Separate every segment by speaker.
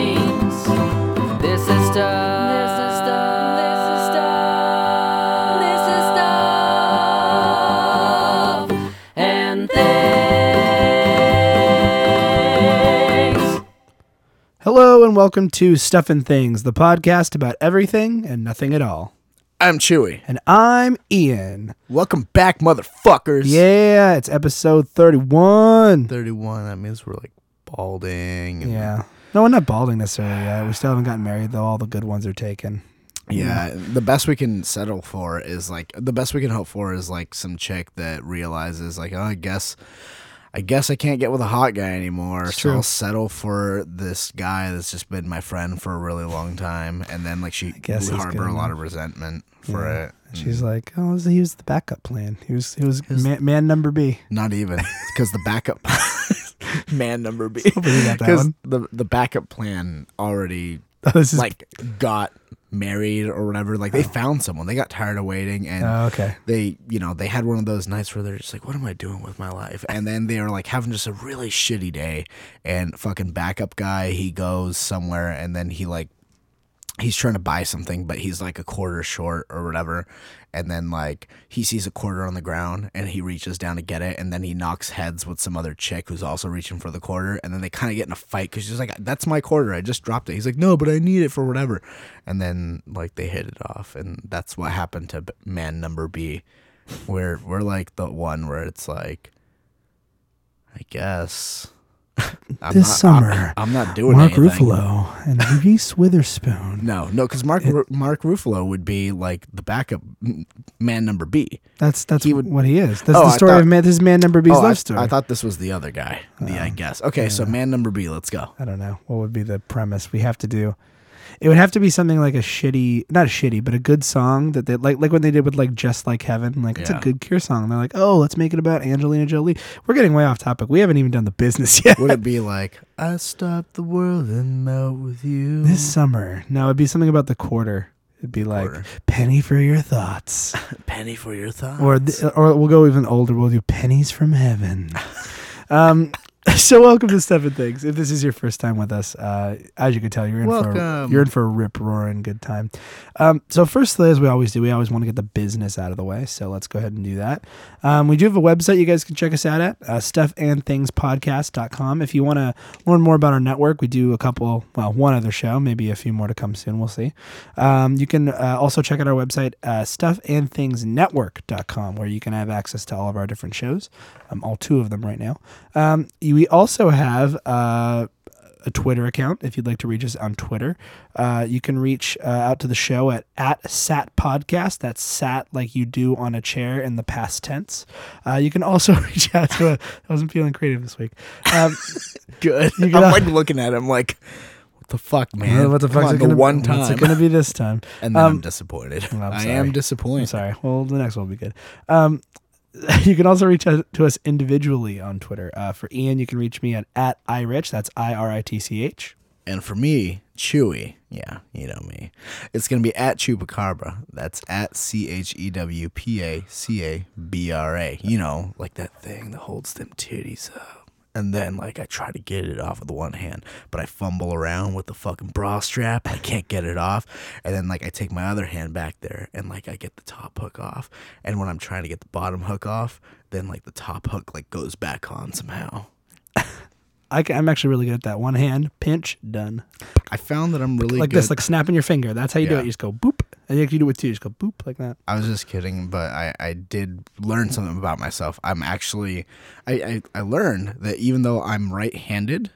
Speaker 1: This is stuff. This is stuff. This is stuff. This is stuff. And things.
Speaker 2: Hello and welcome to Stuff and Things, the podcast about everything and nothing at all.
Speaker 3: I'm Chewy.
Speaker 2: And I'm Ian.
Speaker 3: Welcome back, motherfuckers.
Speaker 2: Yeah, it's episode 31.
Speaker 3: 31. That means we're like balding. and-
Speaker 2: Yeah. No, we're not balding necessarily yet. We still haven't gotten married, though all the good ones are taken.
Speaker 3: Yeah. The best we can settle for is like, the best we can hope for is like some chick that realizes, like, oh, I guess. I guess I can't get with a hot guy anymore, so
Speaker 2: true.
Speaker 3: I'll settle for this guy that's just been my friend for a really long time, and then like she
Speaker 2: guess it's
Speaker 3: harbor
Speaker 2: good
Speaker 3: a lot
Speaker 2: enough.
Speaker 3: of resentment for
Speaker 2: Yeah.
Speaker 3: it.
Speaker 2: And she's like, oh, he was the backup plan. He was, he was man, man number B.
Speaker 3: Not even because the backup man number B.
Speaker 2: you got that
Speaker 3: Because
Speaker 2: one.
Speaker 3: the the backup plan already
Speaker 2: Oh, this is
Speaker 3: like got married or whatever. Like they found someone. They got tired of waiting and
Speaker 2: Oh, okay.
Speaker 3: they, you know, they had one of those nights where they're just like, what am I doing with my life? And then they are like having just a really shitty day and fucking backup guy, he goes somewhere and then he like he's trying to buy something but he's like a quarter short or whatever and then like he sees a quarter on the ground and he reaches down to get it and then he knocks heads with some other chick who's also reaching for the quarter and then they kind of get in a fight because she's like that's my quarter i just dropped it he's like no but i need it for whatever and then like they hit it off and that's what happened to b- man number b where we're like the one where it's like i guess I'm
Speaker 2: This
Speaker 3: not- I'm-
Speaker 2: summer,
Speaker 3: I'm, not doing
Speaker 2: Mark
Speaker 3: anything.
Speaker 2: Ruffalo and Reese Witherspoon.
Speaker 3: No, no, because Mark Ru- Mark Ruffalo would be like the backup m- man number B.
Speaker 2: That's that's
Speaker 3: He would-
Speaker 2: what he is. That's
Speaker 3: Oh,
Speaker 2: the
Speaker 3: I
Speaker 2: story
Speaker 3: thought- Oh,
Speaker 2: of man. This is man number B's
Speaker 3: I,
Speaker 2: love story.
Speaker 3: I thought this was the other guy. The
Speaker 2: Oh,
Speaker 3: I guess. Okay, so man number B. Let's go.
Speaker 2: I don't know what would be the premise we have to do. It would have to be something like a shitty, not a shitty, but a good song that they like, like when they did with like "Just Like Heaven." Like it's a
Speaker 3: Yeah.
Speaker 2: good Cure song. They're like, "Oh, let's make it about Angelina Jolie." We're getting way off topic. We haven't even done the business yet.
Speaker 3: Would it be like I stopped the world and melt with you?
Speaker 2: this summer, no, it'd be something about the quarter. It'd be like
Speaker 3: Quarter.
Speaker 2: "Penny for Your Thoughts,"
Speaker 3: penny for your thoughts.
Speaker 2: or th- or we'll go even older. We'll do "Pennies from Heaven." um, so welcome to Stuff and Things. If this is your first time with us, uh, as you can tell, you're in for a,
Speaker 3: Welcome.
Speaker 2: you're in for a rip roaring good time. Um, so firstly, as we always do, we always want to get the business out of the way. So let's go ahead and do that. Um, we do have a website you guys can check us out at uh, stuffandthingspodcast.com. If you want to learn more about our network, we do a couple, well, one other show, maybe a few more to come soon. We'll see. Um, you can uh, also check out our website, uh, stuffandthingsnetwork.com, where you can have access to all of our different shows, um, all two of them right now. Um, you- we also have. Uh, a Twitter account if you'd like to reach us on Twitter. Uh, you can reach uh, out to the show at at Sat Podcast. That's Sat like you do on a chair in the past tense. Uh, you can also reach out to. A, I wasn't feeling creative this week. Um,
Speaker 3: good.
Speaker 2: You
Speaker 3: I'm
Speaker 2: got-
Speaker 3: like looking at him like, what the fuck, man?
Speaker 2: what the
Speaker 3: Come
Speaker 2: fuck's
Speaker 3: on,
Speaker 2: it gonna
Speaker 3: the one
Speaker 2: be?
Speaker 3: time?
Speaker 2: What's it going to be this time?
Speaker 3: and then
Speaker 2: Um,
Speaker 3: I'm disappointed.
Speaker 2: I'm
Speaker 3: I
Speaker 2: sorry.
Speaker 3: am
Speaker 2: I'm
Speaker 3: disappointed.
Speaker 2: sorry. Well, the next one will be good. Um, you can also reach out to us individually on Twitter. Uh, for Ian, you can reach me at at irich. That's I R I T C H.
Speaker 3: And for me, Chewy, yeah, you know me. It's gonna be at Chupacabra. That's at C H E W P A C A B R A. You know, like that thing that holds them titties up. And then like I try to get it off with one hand, but I fumble around with the fucking bra strap. I can't get it off. And then like I take my other hand back there and like I get the top hook off. And when I'm trying to get the bottom hook off, then like the top hook like goes back on somehow.
Speaker 2: I ca- I'm actually really good at that. One hand pinch done.
Speaker 3: I found that I'm really
Speaker 2: like
Speaker 3: good.
Speaker 2: this, like snapping your finger. That's how you do it.
Speaker 3: Yeah.
Speaker 2: You just go boop, and you can do it with two. You just go boop like that.
Speaker 3: I was just kidding, but I, I did learn something about myself. I'm actually, I, I, I learned that even though I'm right handed,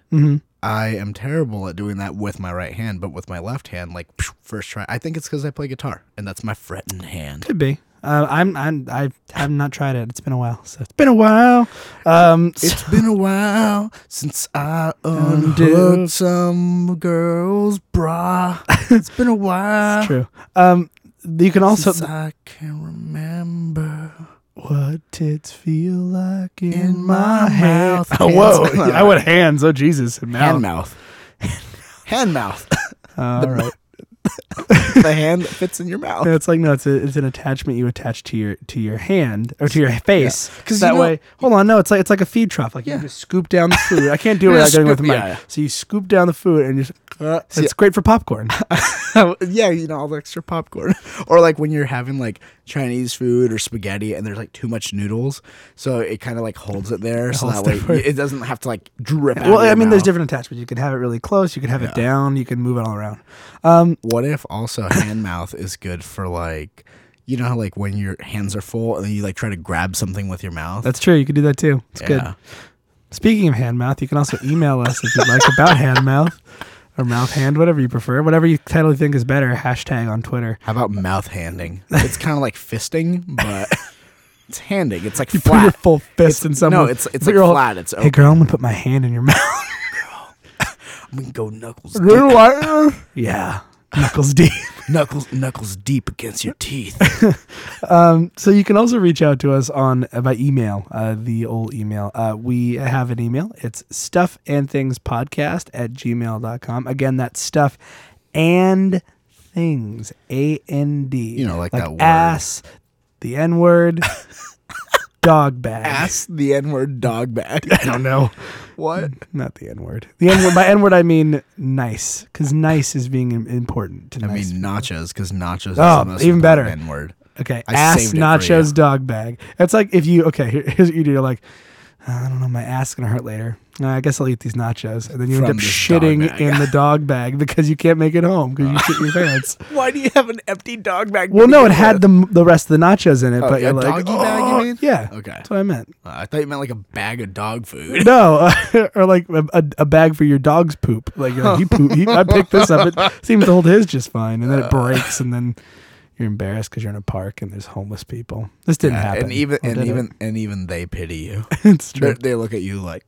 Speaker 3: I am terrible at doing that with my right hand, but with my left hand, like psh, first try, I think it's because I play guitar and that's my fretting hand.
Speaker 2: Could be. Uh, I'm I'm I have not tried it. It's been a while. So it's been a while. Um, so-
Speaker 3: It's been a while since I
Speaker 2: Undo.
Speaker 3: unhooked some girl's bra. It's been a while.
Speaker 2: true. Um, you can also
Speaker 3: Since I can remember
Speaker 2: what tits feel like in,
Speaker 3: my mouth.
Speaker 2: Oh, whoa! I went hands. Oh Jesus! And
Speaker 3: hand
Speaker 2: mouth.
Speaker 3: mouth. hand mouth.
Speaker 2: All right.
Speaker 3: the hand that fits in your mouth.
Speaker 2: No, it's like no, it's a, it's an attachment you attach to your to your hand or to your face.
Speaker 3: 'Cause
Speaker 2: Because
Speaker 3: you
Speaker 2: that
Speaker 3: know-
Speaker 2: way, hold on, no, it's like it's like a feed trough. Like
Speaker 3: Yeah.
Speaker 2: you just scoop down the food. I can't do it
Speaker 3: Yeah,
Speaker 2: without getting with
Speaker 3: scoop-
Speaker 2: my.
Speaker 3: yeah, yeah.
Speaker 2: So you scoop down the food and you. Just,
Speaker 3: Uh,
Speaker 2: it's great for popcorn.
Speaker 3: yeah, you know, all the extra popcorn. or like when you're having like Chinese food or spaghetti and there's like too much noodles. So it kind of like holds it there. so
Speaker 2: holds
Speaker 3: that way
Speaker 2: it there.
Speaker 3: it doesn't have to like drip out.
Speaker 2: well,
Speaker 3: of your
Speaker 2: I mean, there's
Speaker 3: mouth.
Speaker 2: different attachments. You can have it really close. You can have it down. You can move it all around.
Speaker 3: What if also hand mouth is good for like, you know, how like when your hands are full and then you like try to grab something with your mouth?
Speaker 2: That's true. You can do that too. It's
Speaker 3: Yeah.
Speaker 2: good. Speaking of hand mouth, you can also email us if you'd like about hand mouth or mouth hand, whatever you prefer, whatever you title you think is better. Hashtag on Twitter.
Speaker 3: How about mouth handing? It's kind of like fisting, but it's handing. It's like
Speaker 2: You put your
Speaker 3: flat.
Speaker 2: full fist in someone.
Speaker 3: no, it's-
Speaker 2: Put
Speaker 3: it's like
Speaker 2: your whole-
Speaker 3: flat, it's oh,
Speaker 2: hey, girl, I'm gonna put my hand in your mouth.
Speaker 3: We can go knuckles deep,
Speaker 2: like Yeah, knuckles deep.
Speaker 3: knuckles knuckles deep against your teeth.
Speaker 2: So you can also reach out to us on uh, by email, uh, the old email. Uh, we have an email. It's stuff and things podcast at gmail.com. Again, that's stuff and things. A N D.
Speaker 3: You know, like that word.
Speaker 2: ass, the N word, dog bag.
Speaker 3: Ass the N word dog bag.
Speaker 2: I don't know.
Speaker 3: What?
Speaker 2: Not the N word. The N word. By N word, I mean nice, because nice is being im- important to
Speaker 3: I
Speaker 2: nice.
Speaker 3: mean nachos, because nachos is
Speaker 2: Oh,
Speaker 3: the most
Speaker 2: even better.
Speaker 3: N word.
Speaker 2: Okay,
Speaker 3: I
Speaker 2: ass
Speaker 3: saved it for you.
Speaker 2: nachos dog bag. That's like if you okay, here, here's what you do. You're like, "Ah, I don't know, my ass gonna hurt later. Uh, I guess I'll eat these nachos, and then you end
Speaker 3: From
Speaker 2: up
Speaker 3: this
Speaker 2: shitting
Speaker 3: dog bag. Oh.
Speaker 2: in the dog bag because you can't make it home because you shit your pants.
Speaker 3: Why do you have an empty dog bag?
Speaker 2: Well,
Speaker 3: to
Speaker 2: no, it
Speaker 3: begin
Speaker 2: had
Speaker 3: with?
Speaker 2: the m- the rest of the nachos in it,
Speaker 3: Oh,
Speaker 2: but
Speaker 3: a
Speaker 2: you're like,
Speaker 3: doggy bag, you
Speaker 2: "Oh,"
Speaker 3: mean?
Speaker 2: Yeah,
Speaker 3: Okay.
Speaker 2: that's what I meant.
Speaker 3: Uh, I thought you meant like a bag of dog food.
Speaker 2: No, uh, or like a, a, a bag for your dog's poop. Like, you're like, he poop. He, I picked this up. It seems to hold his just fine, and then
Speaker 3: Uh.
Speaker 2: it breaks, and then you're embarrassed because you're in a park and there's homeless people. This didn't happen.
Speaker 3: and even
Speaker 2: or
Speaker 3: and
Speaker 2: did it?
Speaker 3: even and even they pity you.
Speaker 2: it's
Speaker 3: They're-
Speaker 2: true.
Speaker 3: they look at you like,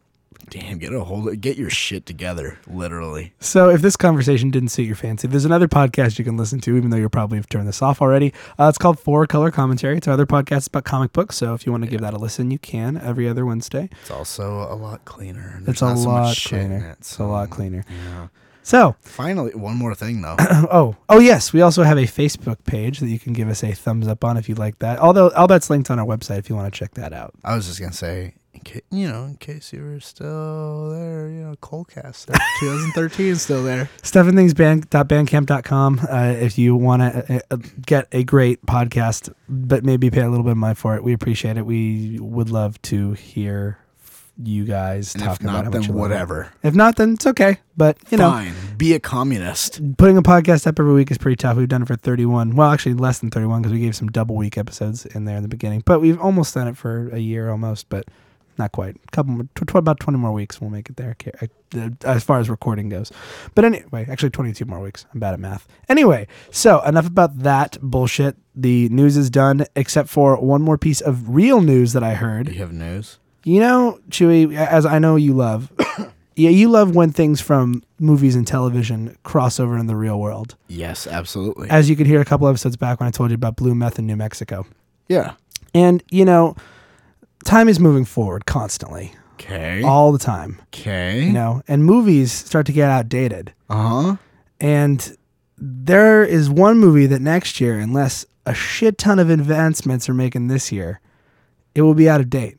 Speaker 3: damn, get a hold of, get your shit together, literally.
Speaker 2: So, if this conversation didn't suit your fancy, there's another podcast you can listen to, even though you probably have turned this off already. Uh, it's called Four Color Commentary. It's our other podcast about comic books. So, if you want to give that a listen, you can every other Wednesday.
Speaker 3: It's also a lot cleaner. and
Speaker 2: It's
Speaker 3: there's
Speaker 2: a
Speaker 3: not so much
Speaker 2: lot
Speaker 3: shit in
Speaker 2: cleaner.
Speaker 3: it,
Speaker 2: It's a
Speaker 3: so,
Speaker 2: lot cleaner.
Speaker 3: yeah.
Speaker 2: So,
Speaker 3: Finally, one more thing though.
Speaker 2: oh, oh yes, we also have a Facebook page that you can give us a thumbs up on if you like that. Although all that's linked on our website if you want to check that out.
Speaker 3: I was just gonna say, in ca- you know, in case you were still there, you know, Coldcast, uh, 2013 is still there.
Speaker 2: StephenThingsBand.bandcamp.com. Uh, if you want to uh, uh, get a great podcast, but maybe pay a little bit of money for it, we appreciate it. We would love to hear you guys
Speaker 3: And
Speaker 2: talk
Speaker 3: if
Speaker 2: about
Speaker 3: not,
Speaker 2: how
Speaker 3: then
Speaker 2: much you love it.
Speaker 3: whatever.
Speaker 2: If not, then it's okay. But you know,
Speaker 3: Fine, be a communist.
Speaker 2: putting a podcast up every week is pretty tough. We've done it for 31. Well, actually less than 31 because we gave some double week episodes in there in the beginning. But we've almost done it for a year almost, but not quite. A couple more, tw- tw- about 20 more weeks we'll make it there ca- uh, as far as recording goes. But anyway, actually 22 more weeks. I'm bad at math. Anyway, so enough about that bullshit. The news is done except for one more piece of real news that I heard.
Speaker 3: Do you have news?
Speaker 2: You know, Chewy, as I know you love, yeah, you love when things from movies and television cross over in the real world.
Speaker 3: Yes, absolutely.
Speaker 2: As you could hear a couple episodes back when I told you about blue meth in New Mexico.
Speaker 3: yeah.
Speaker 2: And, you know, time is moving forward constantly,
Speaker 3: Okay.
Speaker 2: all the time,
Speaker 3: Okay.
Speaker 2: you know, and movies start to get outdated.
Speaker 3: Uh huh.
Speaker 2: And there is one movie that next year, unless a shit ton of advancements are making this year, it will be out of date.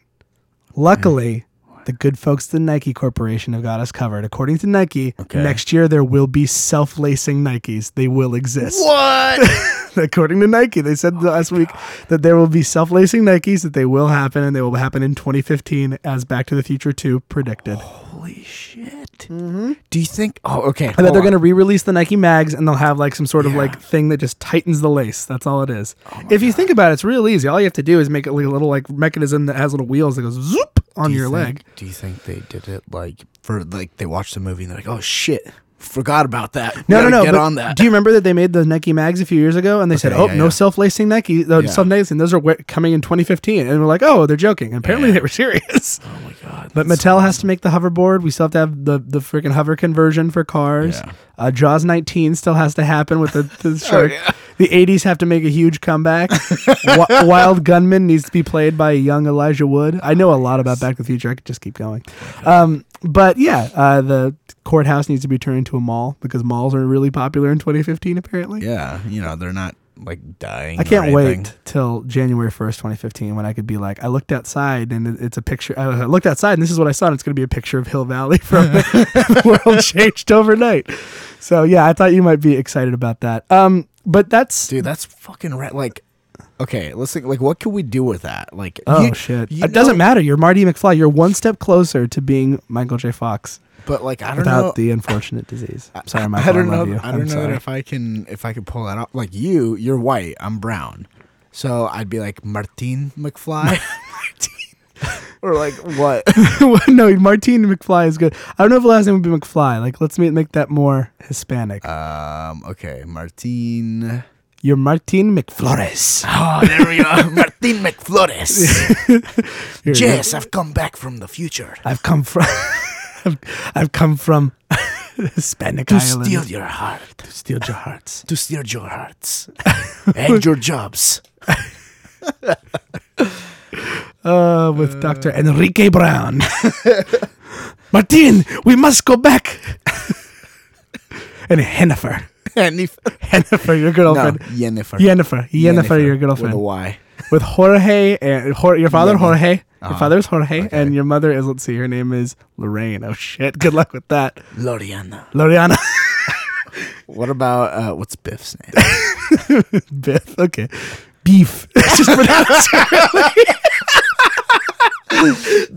Speaker 2: Luckily,
Speaker 3: Hmm.
Speaker 2: the good folks at the Nike Corporation have got us covered. According to Nike,
Speaker 3: Okay.
Speaker 2: next year there will be self lacing Nikes. They will exist.
Speaker 3: What? Oh
Speaker 2: According to Nike, they said last week that there will be self lacing Nikes, that they will happen, and they will happen in 2015 as Back to the Future 2 predicted.
Speaker 3: Holy shit. Do you think? Oh, okay.
Speaker 2: And that
Speaker 3: hold
Speaker 2: they're
Speaker 3: on.
Speaker 2: going to re-release the Nike mags, and they'll have like some sort of
Speaker 3: Yeah. Oh
Speaker 2: like thing that just tightens the lace. That's all it is. if you think about it, it's real easy. All you have to do is make it like a little like mechanism that has little wheels that goes zoop on
Speaker 3: Do you
Speaker 2: your leg.
Speaker 3: think- Do you think they did it like for like they watched the movie and they're like, oh shit, forgot about that. We
Speaker 2: No, no,
Speaker 3: gotta
Speaker 2: no.
Speaker 3: Get
Speaker 2: but
Speaker 3: on that.
Speaker 2: Do you remember that they made the Nike mags a few years ago, and they said,
Speaker 3: Okay,
Speaker 2: "Oh,
Speaker 3: yeah,
Speaker 2: no
Speaker 3: yeah.
Speaker 2: self-lacing Nike, the
Speaker 3: Yeah.
Speaker 2: self-lacing. Those are w- coming in 2015." And we're like, "Oh, they're joking." And apparently, they were serious.
Speaker 3: oh my god.
Speaker 2: But
Speaker 3: that's-
Speaker 2: Mattel has to make the hoverboard. We still have to have the the freaking hover conversion for cars.
Speaker 3: Yeah. Oh,
Speaker 2: Uh, Jaws 19 still has to happen with the, the shark.
Speaker 3: yeah.
Speaker 2: the 80s have to make a huge comeback. Wi- Wild Gunman needs to be played by a young Elijah Wood. I know a lot about Back to the Future. I could just keep going. Um, but yeah, uh, the courthouse needs to be turned into a mall because malls are really popular in 2015, apparently.
Speaker 3: Yeah, you know they're not like dying.
Speaker 2: I
Speaker 3: or
Speaker 2: can't
Speaker 3: anything.
Speaker 2: wait till January 1st, 2015, when I could be like, I looked outside and it- it's a picture. I looked outside and this is what I saw. And it's going to be a picture of Hill Valley from the world changed overnight. So, yeah, I thought you might be excited about that. Um, but that's.
Speaker 3: dude. That's fucking right. Like, okay, let's think. Like, what could we do with that? Like,
Speaker 2: Oh
Speaker 3: you-
Speaker 2: shit!
Speaker 3: you
Speaker 2: It doesn't
Speaker 3: know-
Speaker 2: matter. You're Marty McFly. You're one step closer to being Michael J. Fox
Speaker 3: But like, I don't
Speaker 2: without
Speaker 3: know.
Speaker 2: the unfortunate disease. I'm sorry,
Speaker 3: I
Speaker 2: Michael. I
Speaker 3: don't know.
Speaker 2: love you.
Speaker 3: I don't
Speaker 2: am
Speaker 3: know
Speaker 2: sorry.
Speaker 3: that if I can if I could pull that off. Like you, you're white. I'm brown. So I'd be like Martin McFly. or like what?
Speaker 2: no, Martine McFly is good. I don't know if the last name would be McFly. Like, let's make make that more Hispanic.
Speaker 3: Um. Okay, Martin.
Speaker 2: You're Martine McFlores.
Speaker 3: Oh, there we are, Martin McFlores.
Speaker 2: You're-
Speaker 3: Yes, I've come back from the future
Speaker 2: I've come from. I've, I've come from Hispanic
Speaker 3: to
Speaker 2: Island
Speaker 3: steal your heart,
Speaker 2: to steal your hearts.
Speaker 3: to steal your hearts and your jobs.
Speaker 2: Uh, with Doctor Enrique Brown. Martine, we must go back. and Hennifer.
Speaker 3: And if
Speaker 2: Hennifer, your
Speaker 3: no,
Speaker 2: girlfriend.
Speaker 3: Jennifer.
Speaker 2: Yennefer, Yennefer, your
Speaker 3: With a
Speaker 2: girlfriend,
Speaker 3: Y.
Speaker 2: with Jorge and Jor- your father,
Speaker 3: Yennefer.
Speaker 2: Jorge. Your
Speaker 3: Uh-huh.
Speaker 2: father is Jorge,
Speaker 3: Okay.
Speaker 2: and your mother is. Let's see, her name is Lorraine. Oh shit! Good luck with that,
Speaker 3: Loriana.
Speaker 2: Loriana
Speaker 3: What about uh, what's Biff's name?
Speaker 2: Biff. Okay, beef. It's just pronounced correctly.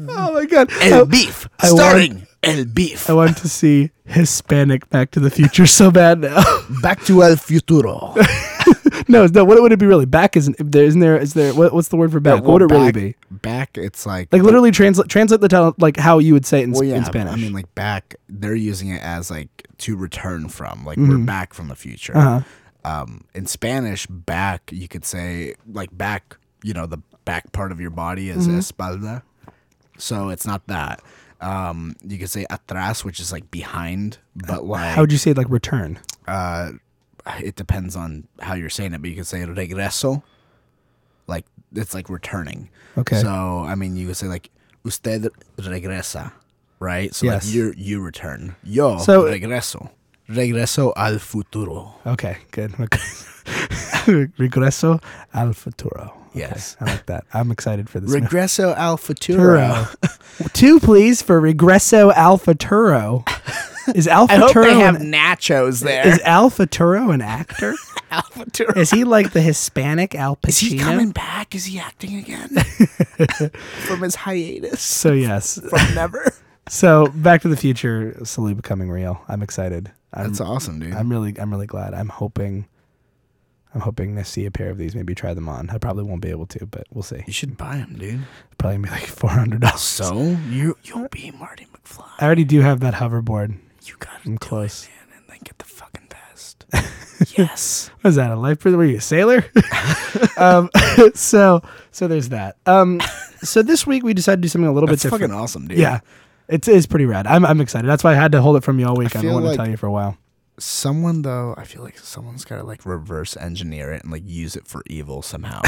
Speaker 2: oh my god!
Speaker 3: El
Speaker 2: I,
Speaker 3: Beef.
Speaker 2: I
Speaker 3: starting El Beef.
Speaker 2: I want to see Hispanic Back to the Future so bad now.
Speaker 3: Back to El Futuro.
Speaker 2: no, no. What would it be really? Back isn't there? Isn't there? Is there? What, what's the word for back? what would it really be?
Speaker 3: Back, it's like
Speaker 2: Like literally translate translate the title like how you would say it in,
Speaker 3: Well,
Speaker 2: in
Speaker 3: yeah. but
Speaker 2: Spanish.
Speaker 3: I mean, like back. They're using it as like to return from. Like we're back from the future.
Speaker 2: Mm-hmm. Uh-huh.
Speaker 3: Um, in Spanish, back you could say like back. You know, the back part of your body is
Speaker 2: Mm-hmm.
Speaker 3: espalda, so it's not that. Um, you could say atrás, which is like behind, but like
Speaker 2: how would you say like return?
Speaker 3: uh, it depends on how you're saying it, but you could say regreso, like it's like returning.
Speaker 2: Okay.
Speaker 3: So I mean, you could say like usted regresa, right? So
Speaker 2: Yes.
Speaker 3: like you you return. Yo
Speaker 2: So- uh,
Speaker 3: regreso, regreso al futuro.
Speaker 2: Okay, good. Okay. Regreso al futuro. Okay,
Speaker 3: Yes.
Speaker 2: I like that. I'm excited for this. movie.
Speaker 3: Regreso al futuro.
Speaker 2: Two, please, for Regreso al futuro. Is al
Speaker 3: I hope
Speaker 2: futuro
Speaker 3: they have
Speaker 2: an-
Speaker 3: nachos there.
Speaker 2: is al futuro an actor?
Speaker 3: al futuro.
Speaker 2: Is he like the Hispanic Al Pacino?
Speaker 3: Is he coming back? Is he acting again from his hiatus
Speaker 2: So yes.
Speaker 3: from never?
Speaker 2: So Back to the Future, slowly becoming real. I'm excited. I'm,
Speaker 3: That's awesome, dude.
Speaker 2: I'm really, I'm really glad. I'm hoping, I'm hoping to see a pair of these. Maybe try them on. I probably won't be able to, but we'll see.
Speaker 3: you should buy them, dude.
Speaker 2: Probably gonna be like four hundred dollars.
Speaker 3: So you you'll be Marty McFly.
Speaker 2: I already do have that hoverboard.
Speaker 3: You gotta
Speaker 2: I'm
Speaker 3: do
Speaker 2: close.
Speaker 3: it, man, and then get the fucking vest. yes.
Speaker 2: What is that? A life prison? Were you a sailor? um, so so there's that. Um, so this week we decided to do something a little
Speaker 3: That's
Speaker 2: bit
Speaker 3: fucking
Speaker 2: different.
Speaker 3: awesome, dude.
Speaker 2: yeah, it is pretty rad. I'm I'm excited. That's why I had to hold it from you all week. I,
Speaker 3: feel
Speaker 2: don't want
Speaker 3: like-
Speaker 2: to tell you for a while.
Speaker 3: Someone though, I feel like someone's gotta like reverse engineer it and like use it for evil somehow.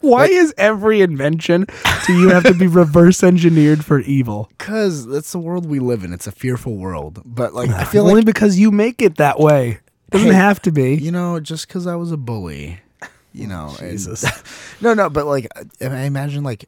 Speaker 2: Why is every invention do you have to be reverse engineered for evil?
Speaker 3: Cause that's the world we live in. It's a fearful world. But like I feel
Speaker 2: Only
Speaker 3: like
Speaker 2: because you make it that way. Doesn't
Speaker 3: Hey,
Speaker 2: have to be.
Speaker 3: you know, just cause I was a bully, you
Speaker 2: Oh,
Speaker 3: know. and- no, no, but like I I imagine like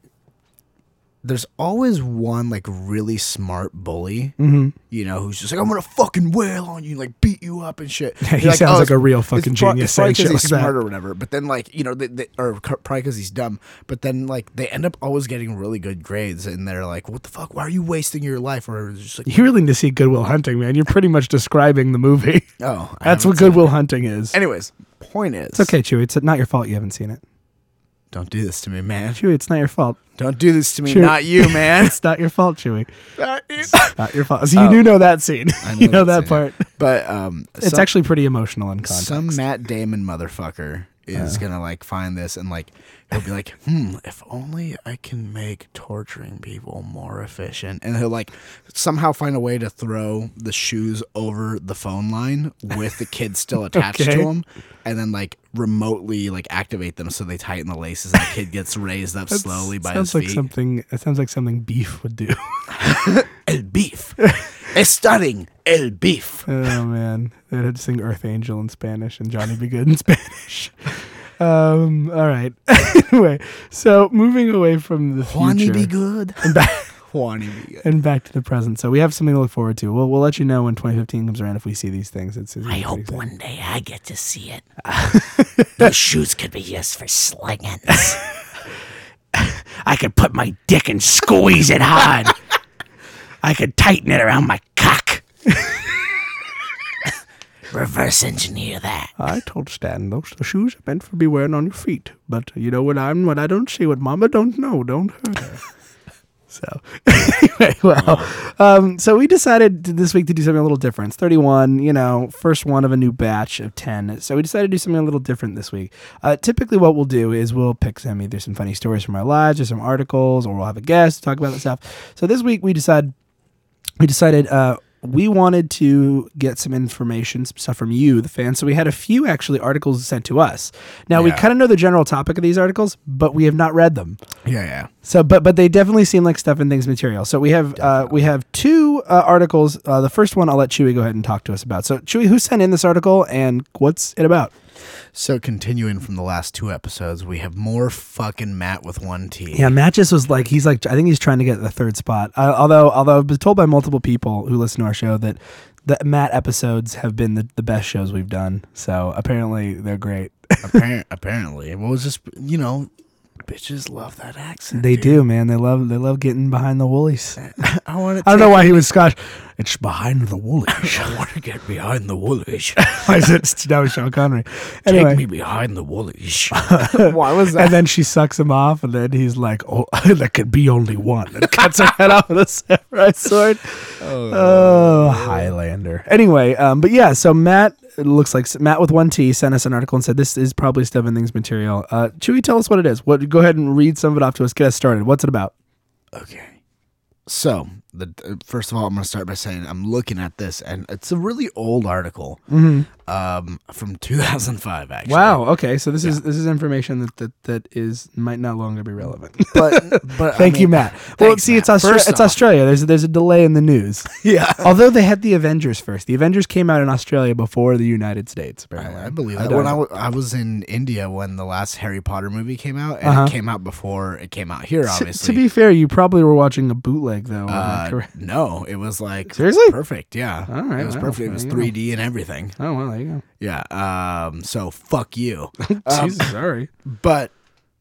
Speaker 3: there's always one like really smart bully,
Speaker 2: Mm-hmm.
Speaker 3: you know, who's just like, I'm gonna fucking wail on you, like beat you up and shit.
Speaker 2: he
Speaker 3: You're
Speaker 2: sounds like
Speaker 3: it's-
Speaker 2: a real
Speaker 3: it's
Speaker 2: fucking
Speaker 3: prob-
Speaker 2: genius
Speaker 3: It's probably
Speaker 2: saying
Speaker 3: 'cause
Speaker 2: shit
Speaker 3: he's
Speaker 2: like that.
Speaker 3: smart or whatever. But then like you know, they, they, or c- probably because he's dumb. But then like they end up always getting really good grades, and they're like, what the fuck? Why are you wasting your life? Or it's just like,
Speaker 2: You really need to see Goodwill Hunting, man. You're pretty much describing the movie.
Speaker 3: oh, I
Speaker 2: That's
Speaker 3: haven't
Speaker 2: what
Speaker 3: seen it."
Speaker 2: Goodwill Hunting is.
Speaker 3: Anyways, point is,
Speaker 2: It's okay, Chewy. It's not your fault you haven't seen it.
Speaker 3: Don't do this to me, man.
Speaker 2: Chewy, it's not your fault.
Speaker 3: Don't do this to me.
Speaker 2: Sure.
Speaker 3: Not you, man.
Speaker 2: It's not your fault, Chewy.
Speaker 3: Not you.
Speaker 2: Not your fault. So
Speaker 3: Oh.
Speaker 2: you do know that scene. you know that
Speaker 3: that's
Speaker 2: part.
Speaker 3: in it. But um,
Speaker 2: It's
Speaker 3: some,
Speaker 2: actually pretty emotional in context.
Speaker 3: some Matt Damon motherfucker is gonna like find this and like he'll be like, hmm, if only I can make torturing people more efficient. And he'll like somehow find a way to throw the shoes over the phone line with the kids still attached to
Speaker 2: Okay.
Speaker 3: him, and then like remotely like activate them so they tighten the laces and the kid gets raised up slowly by
Speaker 2: sounds
Speaker 3: his
Speaker 2: like
Speaker 3: feet.
Speaker 2: something. It sounds like something beef would do.
Speaker 3: El beef, stunning el beef.
Speaker 2: oh man, they'd have to sing Earth Angel in Spanish and Johnny Be Good in Spanish. Um. All right. anyway, so moving away from the
Speaker 3: Juani
Speaker 2: future
Speaker 3: be good. Juani be good.
Speaker 2: and back to the present. So we have something to look forward to. We'll we'll let you know when 2015 comes around if we see these things. It's, it's
Speaker 4: I
Speaker 2: pretty
Speaker 4: hope
Speaker 2: exciting.
Speaker 4: one day I get to see it. Those shoes could be used for slingings. I could put my dick and squeeze it hard. I could tighten it around my cock. Reverse engineer that.
Speaker 3: Uh,
Speaker 2: I told Stan those the shoes are meant for be wearing on your feet. But you know what I'm what I don't see, what Mama don't know, don't hurt her. so anyway, well, um, so we decided to- this week to do something a little different. It's 31, you know, first one of a new batch of 10. So we decided to do something a little different this week. Uh, typically, what we'll do is we'll pick some either some funny stories from our lives or some articles, or we'll have a guest talk about that stuff. So this week we decided we decided uh, we wanted to get some information, some stuff from you, the fans. So we had a few actually articles sent to us. Now we
Speaker 3: Yeah.
Speaker 2: kind of know the general topic of these articles, but we have not read them.
Speaker 3: Yeah, yeah.
Speaker 2: So, but but they definitely seem like stuff and things material. So we have uh, we have two uh, articles. Uh, the first one I'll let Chewy go ahead and talk to us about. So Chewy, who sent in this article and what's it about?
Speaker 3: So continuing from the last two episodes, we have more fucking Matt with one T.
Speaker 2: Yeah, Matt just was like he's like I think he's trying to get the third spot. Uh, although although I've been told by multiple people who listen to our show that the Matt episodes have been the, the best shows we've done. So apparently they're great.
Speaker 3: Appar- apparently, what was this? You know, bitches love that accent.
Speaker 2: They do, man. They love they love getting behind the woolies.
Speaker 3: I want to.
Speaker 2: I don't know why he was Scotch. It's behind the woolies.
Speaker 3: I want to get behind the woolish.
Speaker 2: why is it now it's Sean Connery? Anyway.
Speaker 3: behind the woolish.
Speaker 2: why was that? And then she sucks him off, and then he's like, "Oh, there could be only one," and cuts her head off with a samurai sword. Oh, Highlander. Anyway, um, but yeah, so Matt it looks like Matt with one T sent us an article and said this is probably Stuff and Things material. Uh, Chewy, tell us what it is. What? Go ahead and read some of it off to us. Get us started. What's it about?
Speaker 3: Okay. So, the uh, first of all, I'm going to start by saying I'm looking at this, and it's a really old article um, from 2005, actually.
Speaker 2: Mm-hmm. Wow. Okay. So this is this is information that that, that is might not longer be relevant.
Speaker 3: But, but I
Speaker 2: Thank you,
Speaker 3: mean-
Speaker 2: Matt. well,
Speaker 3: Thanks,
Speaker 2: see, it's
Speaker 3: Matt.
Speaker 2: Australia.
Speaker 3: First
Speaker 2: It's
Speaker 3: off-
Speaker 2: Australia. There's there's a delay in the news.
Speaker 3: Yeah.
Speaker 2: Although they had the Avengers first. The Avengers came out in Australia before the United States, apparently.
Speaker 3: I, I believe
Speaker 2: I
Speaker 3: that.
Speaker 2: don't
Speaker 3: when I,
Speaker 2: know.
Speaker 3: w- I was in India when the last Harry Potter movie came out, and
Speaker 2: Uh-huh.
Speaker 3: it came out before it came out here,
Speaker 2: To-
Speaker 3: obviously.
Speaker 2: To, be fair, you probably were watching a bootleg, though. am I
Speaker 3: Uh,
Speaker 2: correct?
Speaker 3: no, it was like
Speaker 2: Seriously?
Speaker 3: perfect. Yeah,
Speaker 2: All right,
Speaker 3: it was
Speaker 2: wow,
Speaker 3: perfect. It was
Speaker 2: there you go.
Speaker 3: 3D and everything.
Speaker 2: Oh, well, there you
Speaker 3: Yeah. Um. So fuck you.
Speaker 2: go.
Speaker 3: Um,
Speaker 2: Jesus, sorry.
Speaker 3: but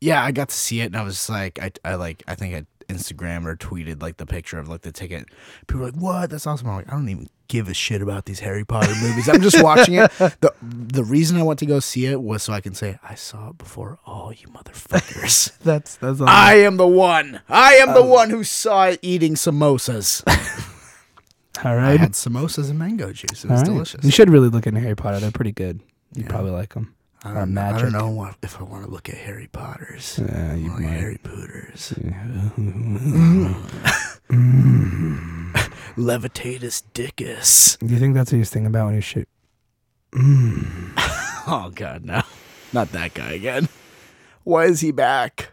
Speaker 3: yeah, I got to see it, and I was just like, I, I like, I think I Instagram or tweeted like the picture of like the ticket. People were like, "What? That's awesome!" I'm like, I don't even give a shit about these Harry Potter movies. I'm just watching it. the The reason I went to go see it was so I can say I saw it before all you motherfuckers.
Speaker 2: That's that's all.
Speaker 3: I am the one. I am the one who saw it eating samosas.
Speaker 2: all
Speaker 3: I
Speaker 2: right.
Speaker 3: had samosas and mango juice. It
Speaker 2: All
Speaker 3: was
Speaker 2: right.
Speaker 3: delicious.
Speaker 2: You should really look into Harry Potter. They're pretty good. You probably like them.
Speaker 3: I
Speaker 2: Or
Speaker 3: don't, know- I
Speaker 2: magic.
Speaker 3: don't know what, if I want to look at Harry Potter's.
Speaker 2: Yeah, you
Speaker 3: Like
Speaker 2: might.
Speaker 3: Harry Pooters. Levitatus dickus.
Speaker 2: Do you think that's what he was thinking about when he shoot?
Speaker 3: Oh god, no. Not that guy again. Why is he back?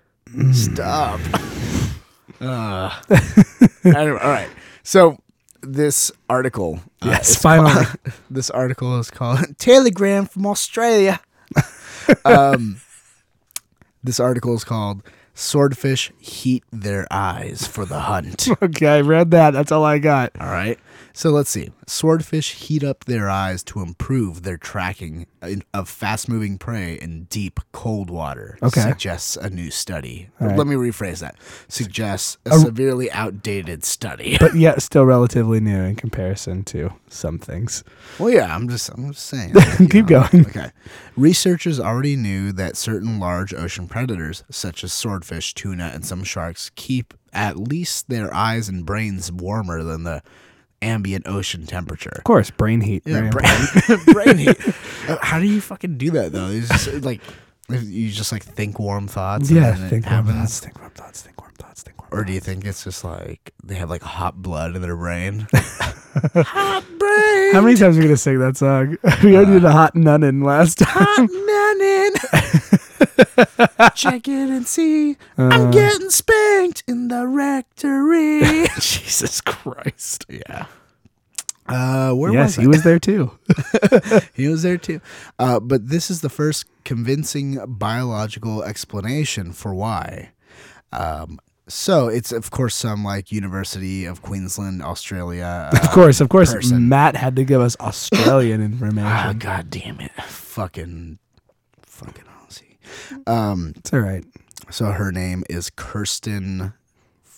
Speaker 3: Stop. uh, anyway, all right. So this article uh,
Speaker 2: Yes,
Speaker 3: is
Speaker 2: finally.
Speaker 3: called- this article is called Telegram from Australia. um this article is called Swordfish Heat Their Eyes for the Hunt.
Speaker 2: Okay, I read that. That's all I got.
Speaker 3: All right. So let's see. Swordfish heat up their eyes to improve their tracking in- of fast moving prey in deep, cold water.
Speaker 2: Okay.
Speaker 3: Suggests a new study.
Speaker 2: right.
Speaker 3: Let me rephrase that. Suggests a severely outdated study.
Speaker 2: But yet, still relatively new in comparison to some things.
Speaker 3: well, yeah, I'm just, I'm just saying. like, you
Speaker 2: Keep
Speaker 3: know.
Speaker 2: going.
Speaker 3: Okay. Researchers already knew that certain large ocean predators, such as swordfish, tuna, and some sharks, keep at least their eyes and brains warmer than the ambient ocean temperature.
Speaker 2: Of course, brain heat. very
Speaker 3: brain, brain heat. Uh, How do you fucking do that though? It's just, like If you just like think warm thoughts.
Speaker 2: yeah,
Speaker 3: and then it
Speaker 2: think warm
Speaker 3: happens?
Speaker 2: thoughts. Think warm thoughts. Think warm thoughts. Think warm.
Speaker 3: Or do you think it's just like they have like hot blood in their brain? hot
Speaker 2: thoughts.
Speaker 3: brain.
Speaker 2: How many times are we gonna sing that song? we already did a hot nun in last time.
Speaker 3: Hot in. Check it and see.
Speaker 2: Uh.
Speaker 3: I'm getting spanked in the rectory.
Speaker 4: Jesus Christ.
Speaker 3: yeah. Uh, where
Speaker 2: yes,
Speaker 3: was
Speaker 2: he was there too.
Speaker 3: He was there too. Uh, but this is the first convincing biological explanation for why. Um, so it's of course some like University of Queensland, Australia.
Speaker 2: Of
Speaker 3: Uh,
Speaker 2: course, of course.
Speaker 3: person.
Speaker 2: Matt had to give us Australian
Speaker 4: Ah,
Speaker 2: information.
Speaker 4: God damn it.
Speaker 3: fucking, fucking Aussie. Um,
Speaker 2: It's all right.
Speaker 3: so her name is Kirsten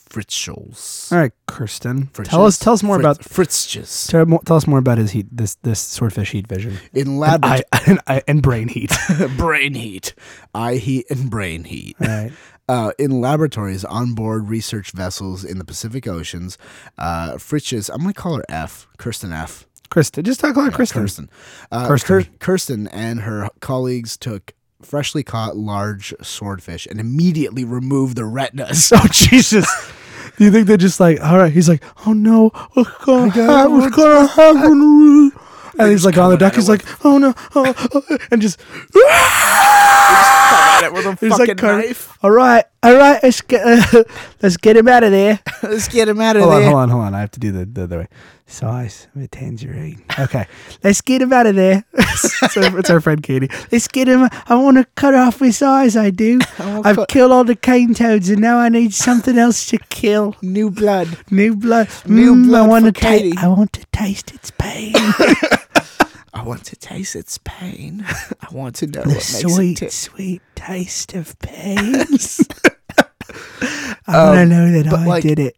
Speaker 3: Fritzschels.
Speaker 2: All right, Kirsten. Tell us. Tell us more about.
Speaker 3: Fritzschels
Speaker 2: Tell, mo- tell us more about his heat. This this swordfish heat vision.
Speaker 3: in lab
Speaker 2: I, and, I, and brain heat.
Speaker 3: brain heat, eye heat, and brain heat.
Speaker 2: All right.
Speaker 3: Uh, in laboratories on board research vessels in the Pacific Oceans, uh, Fritz's, I'm going to call her F, Kirsten F.
Speaker 2: Kirsten. Just talk about Kirsten.
Speaker 3: Kirsten. Uh,
Speaker 2: Hmm. Kirsten.
Speaker 3: Kir- Kirsten and her colleagues took freshly caught large swordfish and immediately removed the retinas.
Speaker 2: Oh Jesus! Do you think they're just like, all right? He's like, oh no, what's gonna, happen? What's gonna happen? And he's like on the deck. He's like, oh no, oh, oh," and just. He's like, "Car- all right, all right, let's get, let's get him out of there.
Speaker 3: Let's get him out of
Speaker 2: Hold on,
Speaker 3: there.
Speaker 2: hold on, hold on. I have to do the, the other way. Size of a tangerine. Okay, let's get him out of there. it's, our, it's our friend Katie. Let's get him. I want to cut off his eyes. I do.
Speaker 3: wanna
Speaker 2: I've
Speaker 3: cut-
Speaker 2: killed all the cane toads, and now I need something else to kill.
Speaker 3: New blood.
Speaker 2: New blood.
Speaker 3: New
Speaker 2: Mm, I
Speaker 3: blood
Speaker 2: want to
Speaker 3: for Katie.
Speaker 2: taste. I want to taste its pain.
Speaker 3: I want to taste its pain. I want to know what makes
Speaker 2: sweet,
Speaker 3: it. tick.
Speaker 2: sweet taste of pain. I want to know that
Speaker 3: Um, but
Speaker 2: I
Speaker 3: like-
Speaker 2: did it.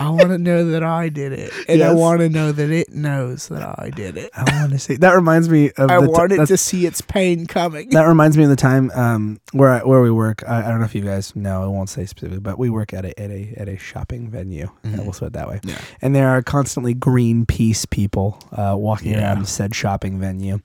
Speaker 3: I want to know that I did it, and I
Speaker 2: Yes.
Speaker 3: want to know that it knows that I did it.
Speaker 2: I want to see. That reminds me of.
Speaker 3: I
Speaker 2: the t-
Speaker 3: wanted
Speaker 2: that's-
Speaker 3: to see its pain coming.
Speaker 2: that reminds me of the time um, where I, where we work. I, I don't know if you guys know. I won't say specifically, but we work at a at a at a shopping venue. and We'll say it that way.
Speaker 3: Mm-hmm. Yeah.
Speaker 2: And there are constantly Greenpeace people uh, walking
Speaker 3: Yeah.
Speaker 2: around said shopping venue.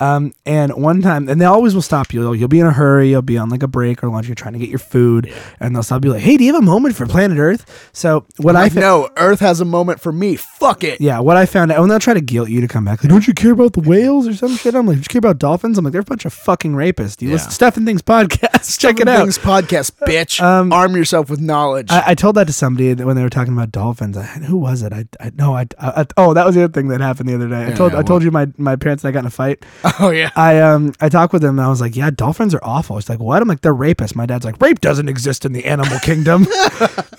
Speaker 2: Um, and one time, and they always will stop you. You'll, you'll be in a hurry. You'll be on like a break or lunch. You're trying to get your food, and they'll stop you like, "Hey, do you have a moment for Planet Earth?" So what I
Speaker 3: I
Speaker 2: fa-
Speaker 3: know Earth has a moment for me. Fuck it.
Speaker 2: yeah, what I found out, and they'll try to guilt you to come back. Like, don't you care about the whales or some shit? I'm like, do you care about dolphins? I'm like, they're a bunch of fucking rapists. You listen to Stuff and Things podcast. Check it out. Uh, um,
Speaker 3: Things podcast, bitch. Arm yourself with knowledge.
Speaker 2: I, I told that to somebody that when they were talking about dolphins. I, who was it? I, I no, I, I, I- oh that was the other thing that happened the other day. I told I told you my my parents and I got in a fight.
Speaker 3: oh yeah.
Speaker 2: I um I talked with them and I was like, yeah, dolphins are awful. It's like what? I'm like they're rapists. My dad's like, rape doesn't exist in the animal kingdom.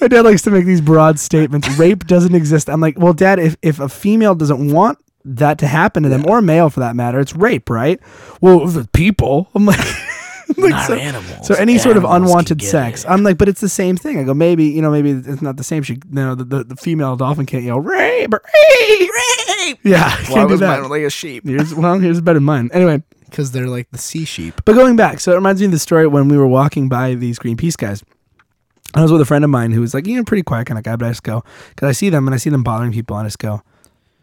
Speaker 2: my dad likes to make these broad statements. Rape doesn't exist. I'm like, well, dad, if if a female doesn't want that to happen to them or a male for that matter, it's rape, right? Well, the people. I'm like. I'm like,
Speaker 4: Not
Speaker 2: so-
Speaker 4: animals.
Speaker 2: so any sort of
Speaker 4: Animals can
Speaker 2: unwanted
Speaker 4: get
Speaker 2: sex.
Speaker 4: it.
Speaker 2: I'm like, but it's the same thing. I go, maybe you know, maybe it's not the same. She, you know, the, the, the female dolphin can't yell rape, or, rape, rape. Yeah, I
Speaker 3: Why
Speaker 2: can't do
Speaker 3: was
Speaker 2: that.
Speaker 3: mine only a sheep?
Speaker 2: Here's well, here's better than mine. Anyway,
Speaker 3: Because they're like the sea sheep.
Speaker 2: but going back, so it reminds me of the story when we were walking by these Greenpeace guys. I was with a friend of mine who was like, you know, pretty quiet kind of guy, but I just go, because I see them and I see them bothering people, and I just go,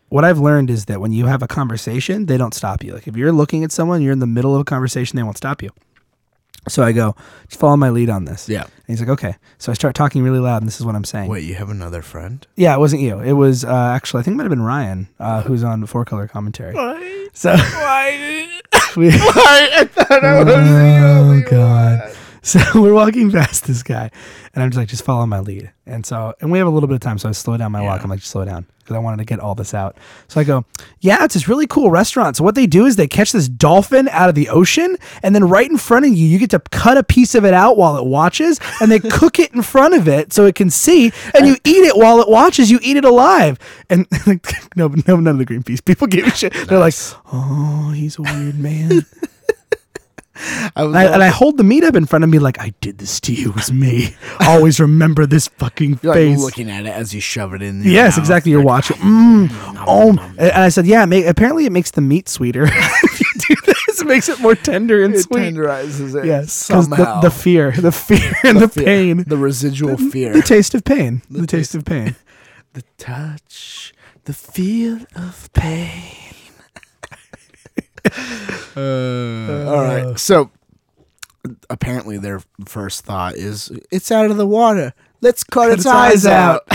Speaker 2: what I've learned is that when you have a conversation, they don't stop you. Like if you're looking at someone, you're in the middle of a conversation, they won't stop you. So I go, just follow my lead on this.
Speaker 3: Yeah.
Speaker 2: And he's like, okay. So I start talking really loud, and this is what I'm saying.
Speaker 3: Wait, you have another friend?
Speaker 2: Yeah, it wasn't you. It was uh, actually, I think it might have been Ryan, uh, who's on Four Color Commentary. So we, oh god. So we're walking past this guy, and I'm just like, just follow my lead. And so, and we have a little bit of time, so I slow down my walk. I'm like, just slow down because I wanted to get all this out. So I go, yeah, it's this really cool restaurant. So what they do is they catch this dolphin out of the ocean, and then right in front of you, you get to cut a piece of it out while it watches, and they cook it in front of it so it can see, and you eat it while it watches. You eat it alive, and like, no, no, none of the Greenpeace people gave a shit. They're like, oh, he's a weird man.
Speaker 3: I was
Speaker 2: And I, and I hold the meat up in front of me, like I did this to you. It was me. Always remember this fucking
Speaker 3: like
Speaker 2: face.
Speaker 3: looking at it as you shove it in. Your
Speaker 2: yes,
Speaker 3: mouth.
Speaker 2: exactly. You're watching. Mm, oh, and I said, yeah. ma- apparently, it makes the meat sweeter. if you do this, it makes it more tender and
Speaker 3: It
Speaker 2: sweet.
Speaker 3: tenderizes it.
Speaker 2: yes, 'cause
Speaker 3: Somehow.
Speaker 2: The, the fear, the fear, and the,
Speaker 3: Fear.
Speaker 2: pain,
Speaker 3: The residual fear.
Speaker 2: the taste of pain, the, taste of pain.
Speaker 3: the touch. The feel of pain. All
Speaker 2: Uh.
Speaker 3: right. Uh, So apparently their first thought is it's out of the water. Let's cut, its,
Speaker 2: its
Speaker 3: eyes
Speaker 2: eyes
Speaker 3: out.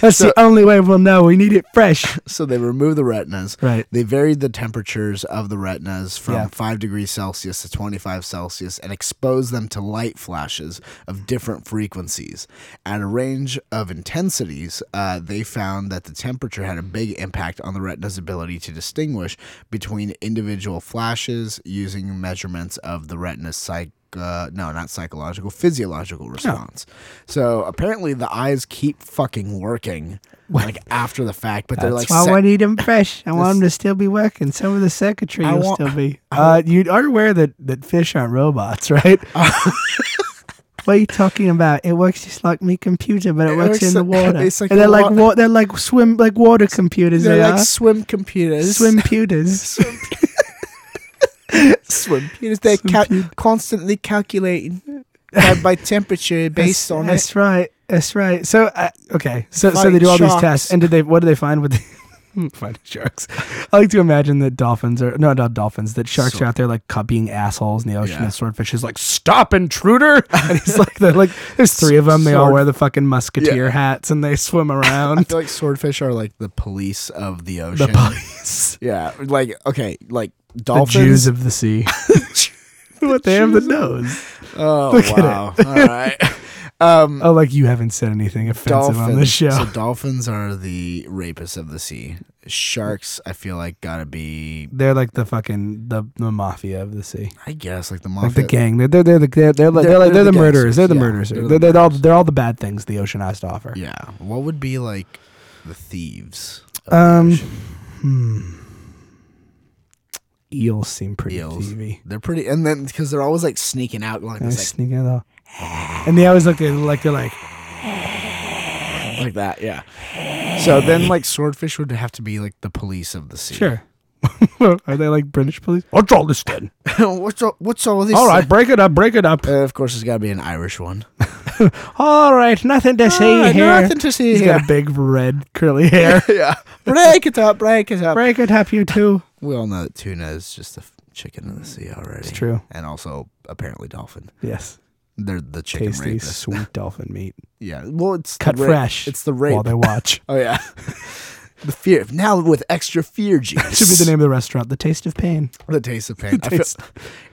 Speaker 2: That's the only way we'll know. We need it fresh.
Speaker 3: so they remove the retinas.
Speaker 2: Right.
Speaker 3: They varied the temperatures of the retinas from
Speaker 2: Yeah.
Speaker 3: 5 degrees Celsius to 25 Celsius and exposed them to light flashes of different frequencies. At a range of intensities, uh, they found that the temperature had a big impact on the retina's ability to distinguish between individual flashes using measurements of the retina's psych. Uh, no, not psychological, physiological response. So apparently the eyes keep fucking working like after the fact, but they're like
Speaker 2: That's why
Speaker 3: set-
Speaker 2: I need them fresh. I want them to still be working. So will the secretary.
Speaker 3: I
Speaker 2: will
Speaker 3: want-
Speaker 2: still be. Uh, you are aware that, that fish aren't robots, right? what are you talking about? It works just like me computer, but it,
Speaker 3: It
Speaker 2: works, in
Speaker 3: works
Speaker 2: the
Speaker 3: like-
Speaker 2: water.
Speaker 3: it's like
Speaker 2: and they're
Speaker 3: a
Speaker 2: like
Speaker 3: wa-
Speaker 2: wa- they're like swim like water computers.
Speaker 3: They're
Speaker 2: they
Speaker 3: like
Speaker 2: are.
Speaker 3: swim computers.
Speaker 2: swim computers.
Speaker 3: swim computers. They're cal- constantly calculating by, by temperature based on
Speaker 2: that's
Speaker 3: it.
Speaker 2: right. That's right. So uh, okay. So so
Speaker 3: Fight
Speaker 2: they do all these
Speaker 3: sharks.
Speaker 2: tests, and did they? What do they find with? The, find sharks. I like to imagine that dolphins are no, not dolphins. That sharks are out there like cu- being assholes in the ocean,
Speaker 3: Yeah.
Speaker 2: and swordfish is like, "Stop, intruder!" And he's like, "They're like, there's three of them. They all
Speaker 3: Sword-
Speaker 2: wear the fucking musketeer
Speaker 3: Yeah.
Speaker 2: hats, and they swim
Speaker 3: I
Speaker 2: around."
Speaker 3: feel like swordfish are like the police of the
Speaker 2: the
Speaker 3: ocean.
Speaker 2: police,
Speaker 3: yeah, like okay, like
Speaker 2: the Jews
Speaker 3: dolphins.
Speaker 2: of the sea. what they have the nose.
Speaker 3: oh
Speaker 2: Look at
Speaker 3: wow! All right. Um,
Speaker 2: Oh, like you haven't said anything offensive on this
Speaker 3: dolphins.
Speaker 2: show.
Speaker 3: So dolphins are the rapists of the sea. Sharks, I feel like, gotta be.
Speaker 2: they're like the fucking the, the mafia of the sea.
Speaker 3: I guess like the mafia.
Speaker 2: like the gang. They're they're they're the they're, they're, like, they're, like, they're the,
Speaker 3: the
Speaker 2: murderers.
Speaker 3: gangsters.
Speaker 2: They're the
Speaker 3: Yeah,
Speaker 2: murderers. They're,
Speaker 3: they're the
Speaker 2: they're, all they're all the bad things the ocean has to offer.
Speaker 3: Yeah. What would be like the thieves? of the
Speaker 2: Um,
Speaker 3: ocean?
Speaker 2: hmm. Eels seem pretty
Speaker 3: Eels.
Speaker 2: thievy.
Speaker 3: They're pretty, and then because they're always like sneaking out, like
Speaker 2: They
Speaker 3: this,
Speaker 2: sneak out. all- And they always look they're like they're like
Speaker 3: like, like that, yeah. So then, like swordfish would have to be like the police of the sea.
Speaker 2: sure. Are they like British police? What's all this then?
Speaker 3: what's all, what's all this?
Speaker 2: All right, break it up, break it up.
Speaker 3: Uh, of course, it's got to be an Irish one.
Speaker 2: All right, nothing to see
Speaker 3: All right,
Speaker 2: here.
Speaker 3: Ah, Nothing to see
Speaker 2: He's
Speaker 3: here.
Speaker 2: got big red curly hair.
Speaker 3: yeah. Break it up. Break it up.
Speaker 2: break it up, you two.
Speaker 3: We all know that tuna is just a f- chicken of the sea already. It's
Speaker 2: true.
Speaker 3: And also apparently dolphin.
Speaker 2: Yes,
Speaker 3: They're the chicken
Speaker 2: tasty,
Speaker 3: rapists.
Speaker 2: sweet dolphin meat.
Speaker 3: Yeah. Well, it's the
Speaker 2: Cut
Speaker 3: ra-
Speaker 2: fresh.
Speaker 3: It's the
Speaker 2: While
Speaker 3: rape.
Speaker 2: they watch.
Speaker 3: oh yeah. the fear. Now with extra fear juice.
Speaker 2: Should be the name of the restaurant, The Taste of Pain.
Speaker 3: The taste of pain. I feel-
Speaker 2: taste-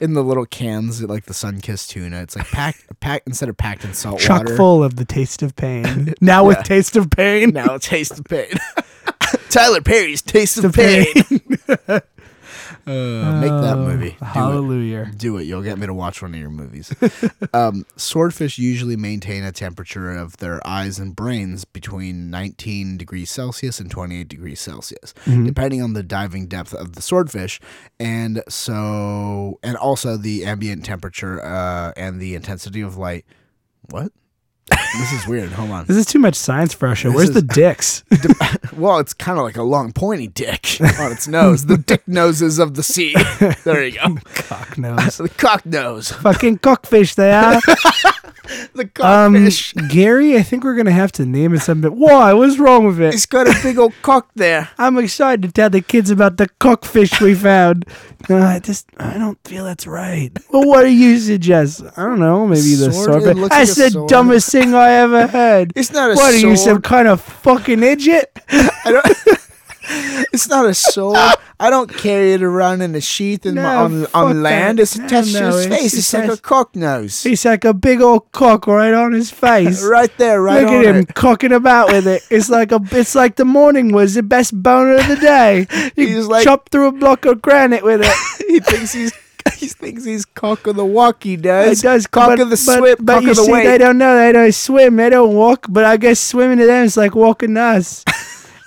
Speaker 3: in the little cans, like the sun-kissed tuna, it's like packed, packed instead of packed in salt
Speaker 2: Chock
Speaker 3: water.
Speaker 2: full of the taste of pain. Now with taste of pain.
Speaker 3: Now taste of pain. Tyler Perry's taste of pain. Uh, make that movie.
Speaker 2: Ah.
Speaker 3: Do it.
Speaker 2: Hallelujah.
Speaker 3: Do it. You'll get me to watch one of your movies. um, swordfish usually maintain a temperature of their eyes and brains between 19 degrees Celsius and 28 degrees Celsius, depending on the diving depth of the swordfish, and so and also the ambient temperature uh, and the intensity of light. What? this is weird. Hold on.
Speaker 2: This is too much science for our show. Where's
Speaker 3: is-
Speaker 2: the dicks?
Speaker 3: Well, it's kind of like a long pointy dick on its nose. The dick noses of the sea. There you go.
Speaker 2: Cock nose.
Speaker 3: The cock nose.
Speaker 2: Fucking cockfish they are.
Speaker 3: The
Speaker 2: Um,
Speaker 3: cockfish.
Speaker 2: Gary, I think we're going to have to name it something. Why? What's wrong with it?
Speaker 3: it's got a big old cock there.
Speaker 2: I'm excited to tell the kids about the cockfish we found. No, I just, I don't feel that's right. Well, what do you suggest? I don't know. Maybe the
Speaker 3: Sword?
Speaker 2: sword.
Speaker 3: It
Speaker 2: but
Speaker 3: looks
Speaker 2: That's
Speaker 3: like a
Speaker 2: the
Speaker 3: sword.
Speaker 2: dumbest thing I ever heard.
Speaker 3: It's not a
Speaker 2: What are you, some
Speaker 3: sword.
Speaker 2: kind of fucking idiot?
Speaker 3: I don't. It's not a sword. I don't carry it around in a sheath in my,
Speaker 2: No,
Speaker 3: on,
Speaker 2: fuck
Speaker 3: on land.
Speaker 2: that.
Speaker 3: It's
Speaker 2: No,
Speaker 3: attached
Speaker 2: no,
Speaker 3: to his
Speaker 2: it's
Speaker 3: face. It's, like a
Speaker 2: attached-
Speaker 3: cock nose.
Speaker 2: He's like a big old cock right on his face.
Speaker 3: Right there, right
Speaker 2: Look
Speaker 3: on
Speaker 2: at him
Speaker 3: it.
Speaker 2: cocking about with it. It's like a, it's like the morning was the best boner of the day. You
Speaker 3: He's like-
Speaker 2: chop through a block of granite with it.
Speaker 3: He thinks he's he thinks he's cock of the walk. He
Speaker 2: It
Speaker 3: does.
Speaker 2: does
Speaker 3: cock
Speaker 2: but,
Speaker 3: of the
Speaker 2: but-
Speaker 3: swim.
Speaker 2: but
Speaker 3: cock
Speaker 2: you
Speaker 3: of the
Speaker 2: see,
Speaker 3: wake.
Speaker 2: they don't know. They don't swim. They don't walk. But I guess swimming to them is like walking to us.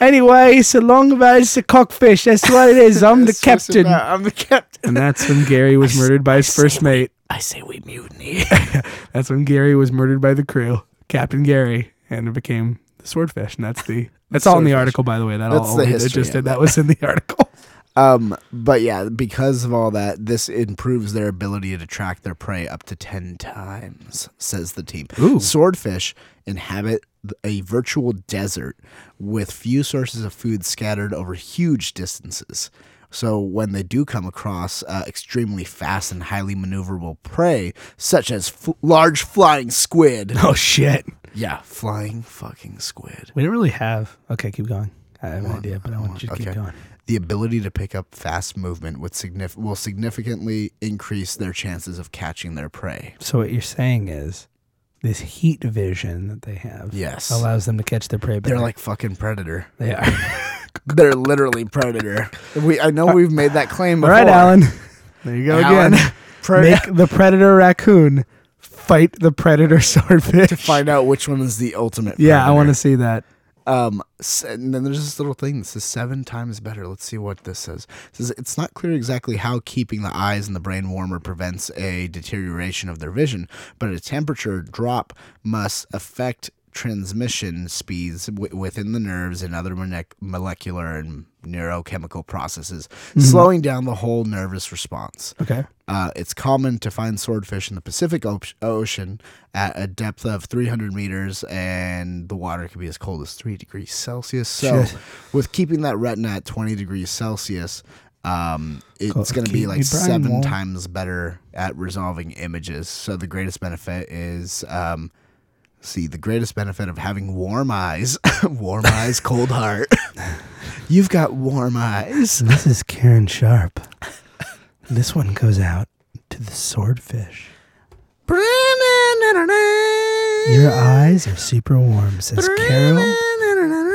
Speaker 2: anyway, it's a long about it's a cockfish. That's what it is. I'm the
Speaker 3: That's what's
Speaker 2: captain.
Speaker 3: about. I'm the captain.
Speaker 2: And that's when Gary was murdered by his first mate.
Speaker 3: I say we mutiny.
Speaker 2: That's when Gary was murdered by the crew, Captain Gary, and it became the swordfish. And that's the that's all in the
Speaker 3: Swordfish.
Speaker 2: article, by the way. That
Speaker 3: That's
Speaker 2: all
Speaker 3: the
Speaker 2: they
Speaker 3: history
Speaker 2: just
Speaker 3: of
Speaker 2: did.
Speaker 3: it.
Speaker 2: That was in the article.
Speaker 3: Um, but yeah, because of all that, this improves their ability to track their prey up to 10 times, says the team.
Speaker 2: Ooh.
Speaker 3: Swordfish inhabit th- a virtual desert with few sources of food scattered over huge distances. So when they do come across uh, extremely fast and highly maneuverable prey, such as f- large flying squid,
Speaker 2: Oh shit.
Speaker 3: yeah, flying fucking squid.
Speaker 2: We don't really have. Okay, keep going. I have an idea, but I want you to keep
Speaker 3: Okay.
Speaker 2: going.
Speaker 3: The ability to pick up fast movement would signif- will significantly increase their chances of catching their prey.
Speaker 2: So what you're saying is, this heat vision that they have
Speaker 3: Yes.
Speaker 2: allows them to catch their prey.
Speaker 3: They're
Speaker 2: better.
Speaker 3: like fucking predator.
Speaker 2: they are.
Speaker 3: They're literally predator. We I know we've made that claim
Speaker 2: All
Speaker 3: before.
Speaker 2: right, Alan. There you go
Speaker 3: Alan,
Speaker 2: again.
Speaker 3: Pre-
Speaker 2: Make the predator raccoon fight the predator swordfish.
Speaker 3: to find out which one is the ultimate.
Speaker 2: yeah, I want to
Speaker 3: predator.
Speaker 2: see that.
Speaker 3: Um, s- and then there's this little thing that says seven times better. Let's see what this says. It says it's not clear exactly how keeping the eyes and the brain warmer prevents a deterioration of their vision, but a temperature drop must affect transmission speeds w- within the nerves and other mone- molecular and neurochemical processes, slowing down the whole nervous response.
Speaker 2: Okay.
Speaker 3: Uh, it's common to find swordfish in the Pacific o- Ocean at a depth of 300 meters, and the water can be as cold as 3 degrees Celsius. So,
Speaker 2: Shit.
Speaker 3: with keeping that retina at 20 degrees Celsius, um,
Speaker 2: Cool.
Speaker 3: it's going to
Speaker 2: Keep
Speaker 3: be
Speaker 2: me
Speaker 3: like
Speaker 2: brain
Speaker 3: seven
Speaker 2: warm.
Speaker 3: times better at resolving images. So, the greatest benefit is. Um, See, the greatest benefit of having warm eyes, warm eyes, cold heart. You've got warm eyes.
Speaker 2: This is Karen Sharp. This one goes out to the swordfish. Your eyes are super warm, says Carol,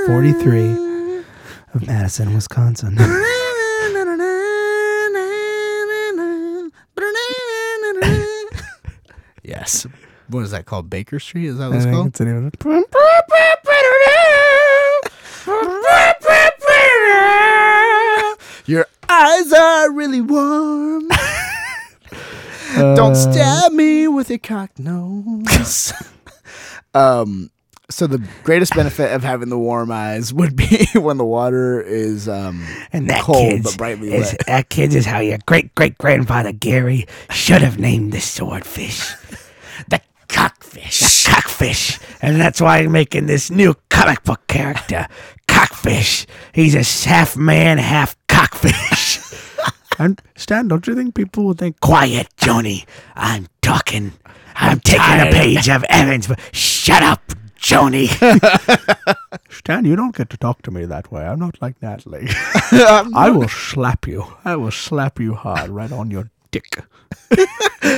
Speaker 2: 43, of Madison, Wisconsin.
Speaker 3: yes. What is that called? Baker Street? Is that what
Speaker 2: I
Speaker 3: it's
Speaker 2: think
Speaker 3: called?
Speaker 2: it's the name of it.
Speaker 3: Your eyes are really warm. Don't stab me with your cock nose. um, so the greatest benefit of having the warm eyes would be when the water is um
Speaker 4: And that
Speaker 3: cold
Speaker 4: kid's
Speaker 3: but brightly
Speaker 4: is,
Speaker 3: lit.
Speaker 4: that kid is how your great great grandfather Gary should have named the swordfish, the cockfish, the cockfish, and that's why I'm making this new comic book character, cockfish. He's a half man, half cockfish.
Speaker 2: I'm, Stan, don't you think people would think
Speaker 4: Quiet, Joni. I'm talking. I'm, taking a page of Evans. but Shut up, Joni.
Speaker 2: Stan, you don't get to talk to me that way. I'm not like Natalie. I will slap you. I will slap you hard right on your dick.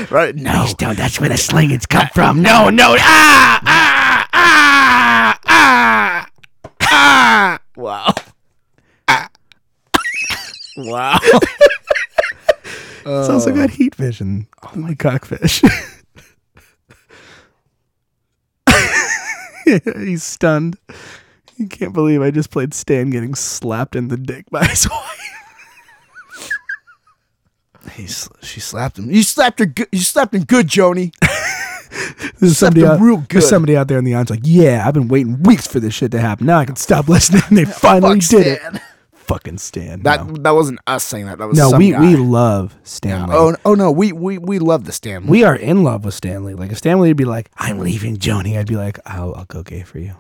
Speaker 3: right
Speaker 4: no, don't. That's where the slingings come from. No, no. Ah, ah, ah, ah.
Speaker 2: ah.
Speaker 3: Wow. wow.
Speaker 2: It's also got heat vision. Oh my cockfish. He's stunned. He can't believe I just played Stan getting slapped in the dick by his wife.
Speaker 3: He sl- she slapped him. You slapped her. Good, you slapped him good, Joni.
Speaker 2: There's somebody,
Speaker 3: him
Speaker 2: out,
Speaker 3: real
Speaker 2: there's
Speaker 3: good.
Speaker 2: somebody out there in the audience like, yeah, I've been waiting weeks for this shit to happen. Now I can stop listening. They finally
Speaker 3: Fuck
Speaker 2: did
Speaker 3: Stan.
Speaker 2: it. Fucking Stan.
Speaker 3: That
Speaker 2: no,
Speaker 3: that wasn't us saying that. That was
Speaker 2: No,
Speaker 3: some
Speaker 2: we,
Speaker 3: guy.
Speaker 2: we love Stanley.
Speaker 3: Oh, oh no, we we we love the Stanley.
Speaker 2: we are in love with Stanley. Like if Stanley would be like, I'm leaving Joni, I'd be like, I'll, I'll go gay for you.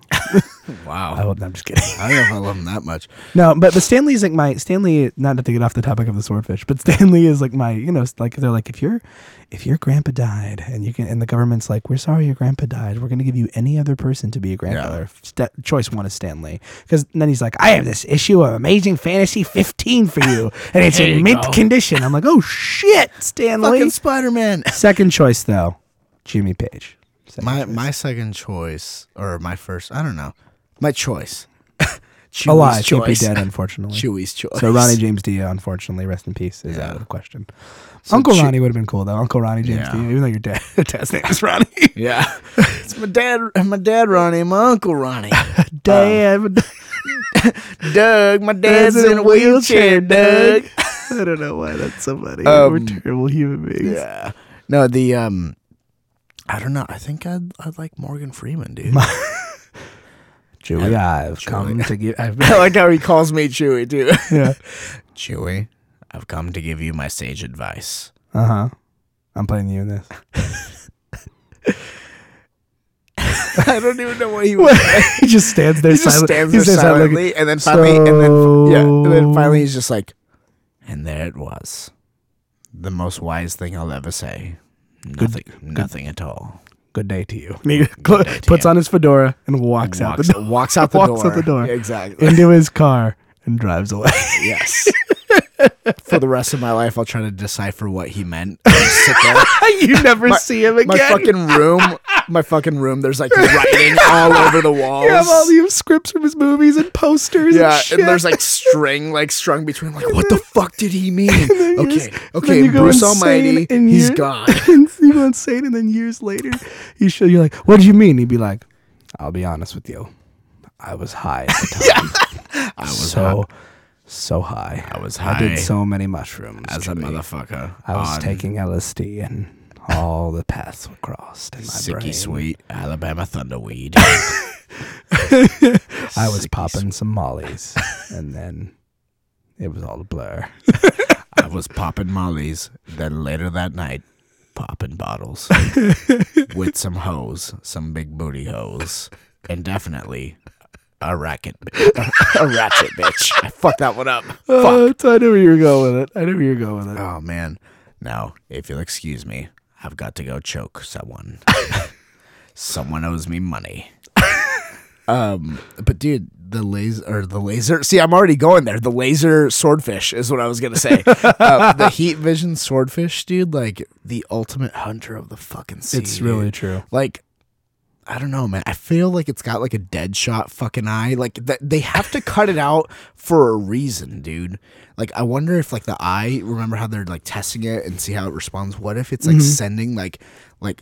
Speaker 3: wow.
Speaker 2: I will, I'm just kidding.
Speaker 3: I don't know if I love him that much.
Speaker 2: No, but but Stanley's like my Stanley. Not to get off the topic of the swordfish, but Stanley is like my you know like they're like if you're if your grandpa died and you can and the government's like we're sorry your grandpa died we're gonna give you any other person to be a grandfather. Sta- choice one is Stanley because then he's like I have this issue of Amazing Fantasy 15 for you and it's in mint condition. I'm like oh shit Stanley.
Speaker 3: Fucking Spider Man.
Speaker 2: Second choice though, Jimmy Page. Second
Speaker 3: My
Speaker 2: choice.
Speaker 3: my second choice or my first, I don't know. My choice. Chewie's
Speaker 2: alive can't be dead unfortunately.
Speaker 3: Chewie's choice.
Speaker 2: So Ronnie James Dio, unfortunately, rest in peace, is out of the question.
Speaker 3: So
Speaker 2: Uncle
Speaker 3: Chew-
Speaker 2: Ronnie would have been cool though. Uncle Ronnie James
Speaker 3: Yeah.
Speaker 2: Dio, even though your dad dad's name is Ronnie.
Speaker 3: Yeah. it's my dad my dad Ronnie, my uncle Ronnie.
Speaker 2: Dad,
Speaker 3: Doug, my dad's in a wheelchair, Doug.
Speaker 2: I don't know why that's so funny. We're
Speaker 3: Um,
Speaker 2: terrible human beings.
Speaker 3: Yeah. No, the um I don't know. I think I'd I'd like Morgan Freeman, dude.
Speaker 2: Chewie, I've come to give. I've,
Speaker 3: I like how he calls me Chewy too.
Speaker 2: yeah.
Speaker 3: Chewy, I've come to give you my sage advice.
Speaker 2: Uh huh. I'm playing you in this.
Speaker 3: I don't even know what he was.
Speaker 2: he just stands there
Speaker 3: he just
Speaker 2: silent-
Speaker 3: stands
Speaker 2: he
Speaker 3: there
Speaker 2: stands there looking-
Speaker 3: silently, and then finally, and then yeah, and then finally, he's just like, And there it was. The most wise thing I'll ever say. Nothing. nothing at all.
Speaker 2: Good day to you. And he cl-
Speaker 3: day to
Speaker 2: puts
Speaker 3: you.
Speaker 2: on his fedora and walks, out the door.
Speaker 3: walks out the
Speaker 2: Walks
Speaker 3: door.
Speaker 2: out the door.
Speaker 3: Exactly.
Speaker 2: into his car and drives away.
Speaker 3: yes. For the rest of my life, I'll try to decipher what he meant. I just sit there.
Speaker 2: you never see him again.
Speaker 3: My fucking room, my fucking room. There's like writing all over the walls.
Speaker 2: You have all the scripts from his movies and posters.
Speaker 3: yeah,
Speaker 2: and, shit.
Speaker 3: and there's like string, like strung between. Like, what the fuck did he mean?
Speaker 2: you
Speaker 3: Okay,
Speaker 2: just-
Speaker 3: okay,
Speaker 2: then you go
Speaker 3: Bruce
Speaker 2: insane
Speaker 3: Almighty,
Speaker 2: and
Speaker 3: he's
Speaker 2: you're-
Speaker 3: gone.
Speaker 2: you go insane, and then years later, you show you're like, "What do you mean?" He'd be like, "I'll be honest with you, I was high at the time. I was so so high. I
Speaker 3: was
Speaker 2: I
Speaker 3: high
Speaker 2: did so many mushrooms
Speaker 3: As a
Speaker 2: Jimmy.
Speaker 3: motherfucker,
Speaker 2: I was
Speaker 3: on
Speaker 2: taking LSD, and all the paths were crossed in my
Speaker 3: sicky
Speaker 2: brain.
Speaker 3: sweet Alabama thunderweed.
Speaker 2: I was popping some mollies, and then it was all a blur.
Speaker 3: I was popping mollies. Then later that night, popping bottles with some hoes, some big booty hoes, and definitely a racket, a ratchet bitch. I fucked that one up.
Speaker 2: Oh, I knew where you were going with it. I knew where you were going with it.
Speaker 3: Oh man. Now, if you'll excuse me, I've got to go choke someone. someone owes me money. um, but dude, the laser or the laser. See, I'm already going there. The laser swordfish is what I was gonna say. uh, the heat vision swordfish, dude. Like the ultimate hunter of the fucking sea.
Speaker 2: it's really
Speaker 3: dude.
Speaker 2: true.
Speaker 3: like. I don't know, man. I feel like it's got like a dead shot fucking eye. Like that they have to cut it out for a reason, dude. Like I wonder if like the eye, remember how they're like testing it and see how it responds? What if it's like sending like like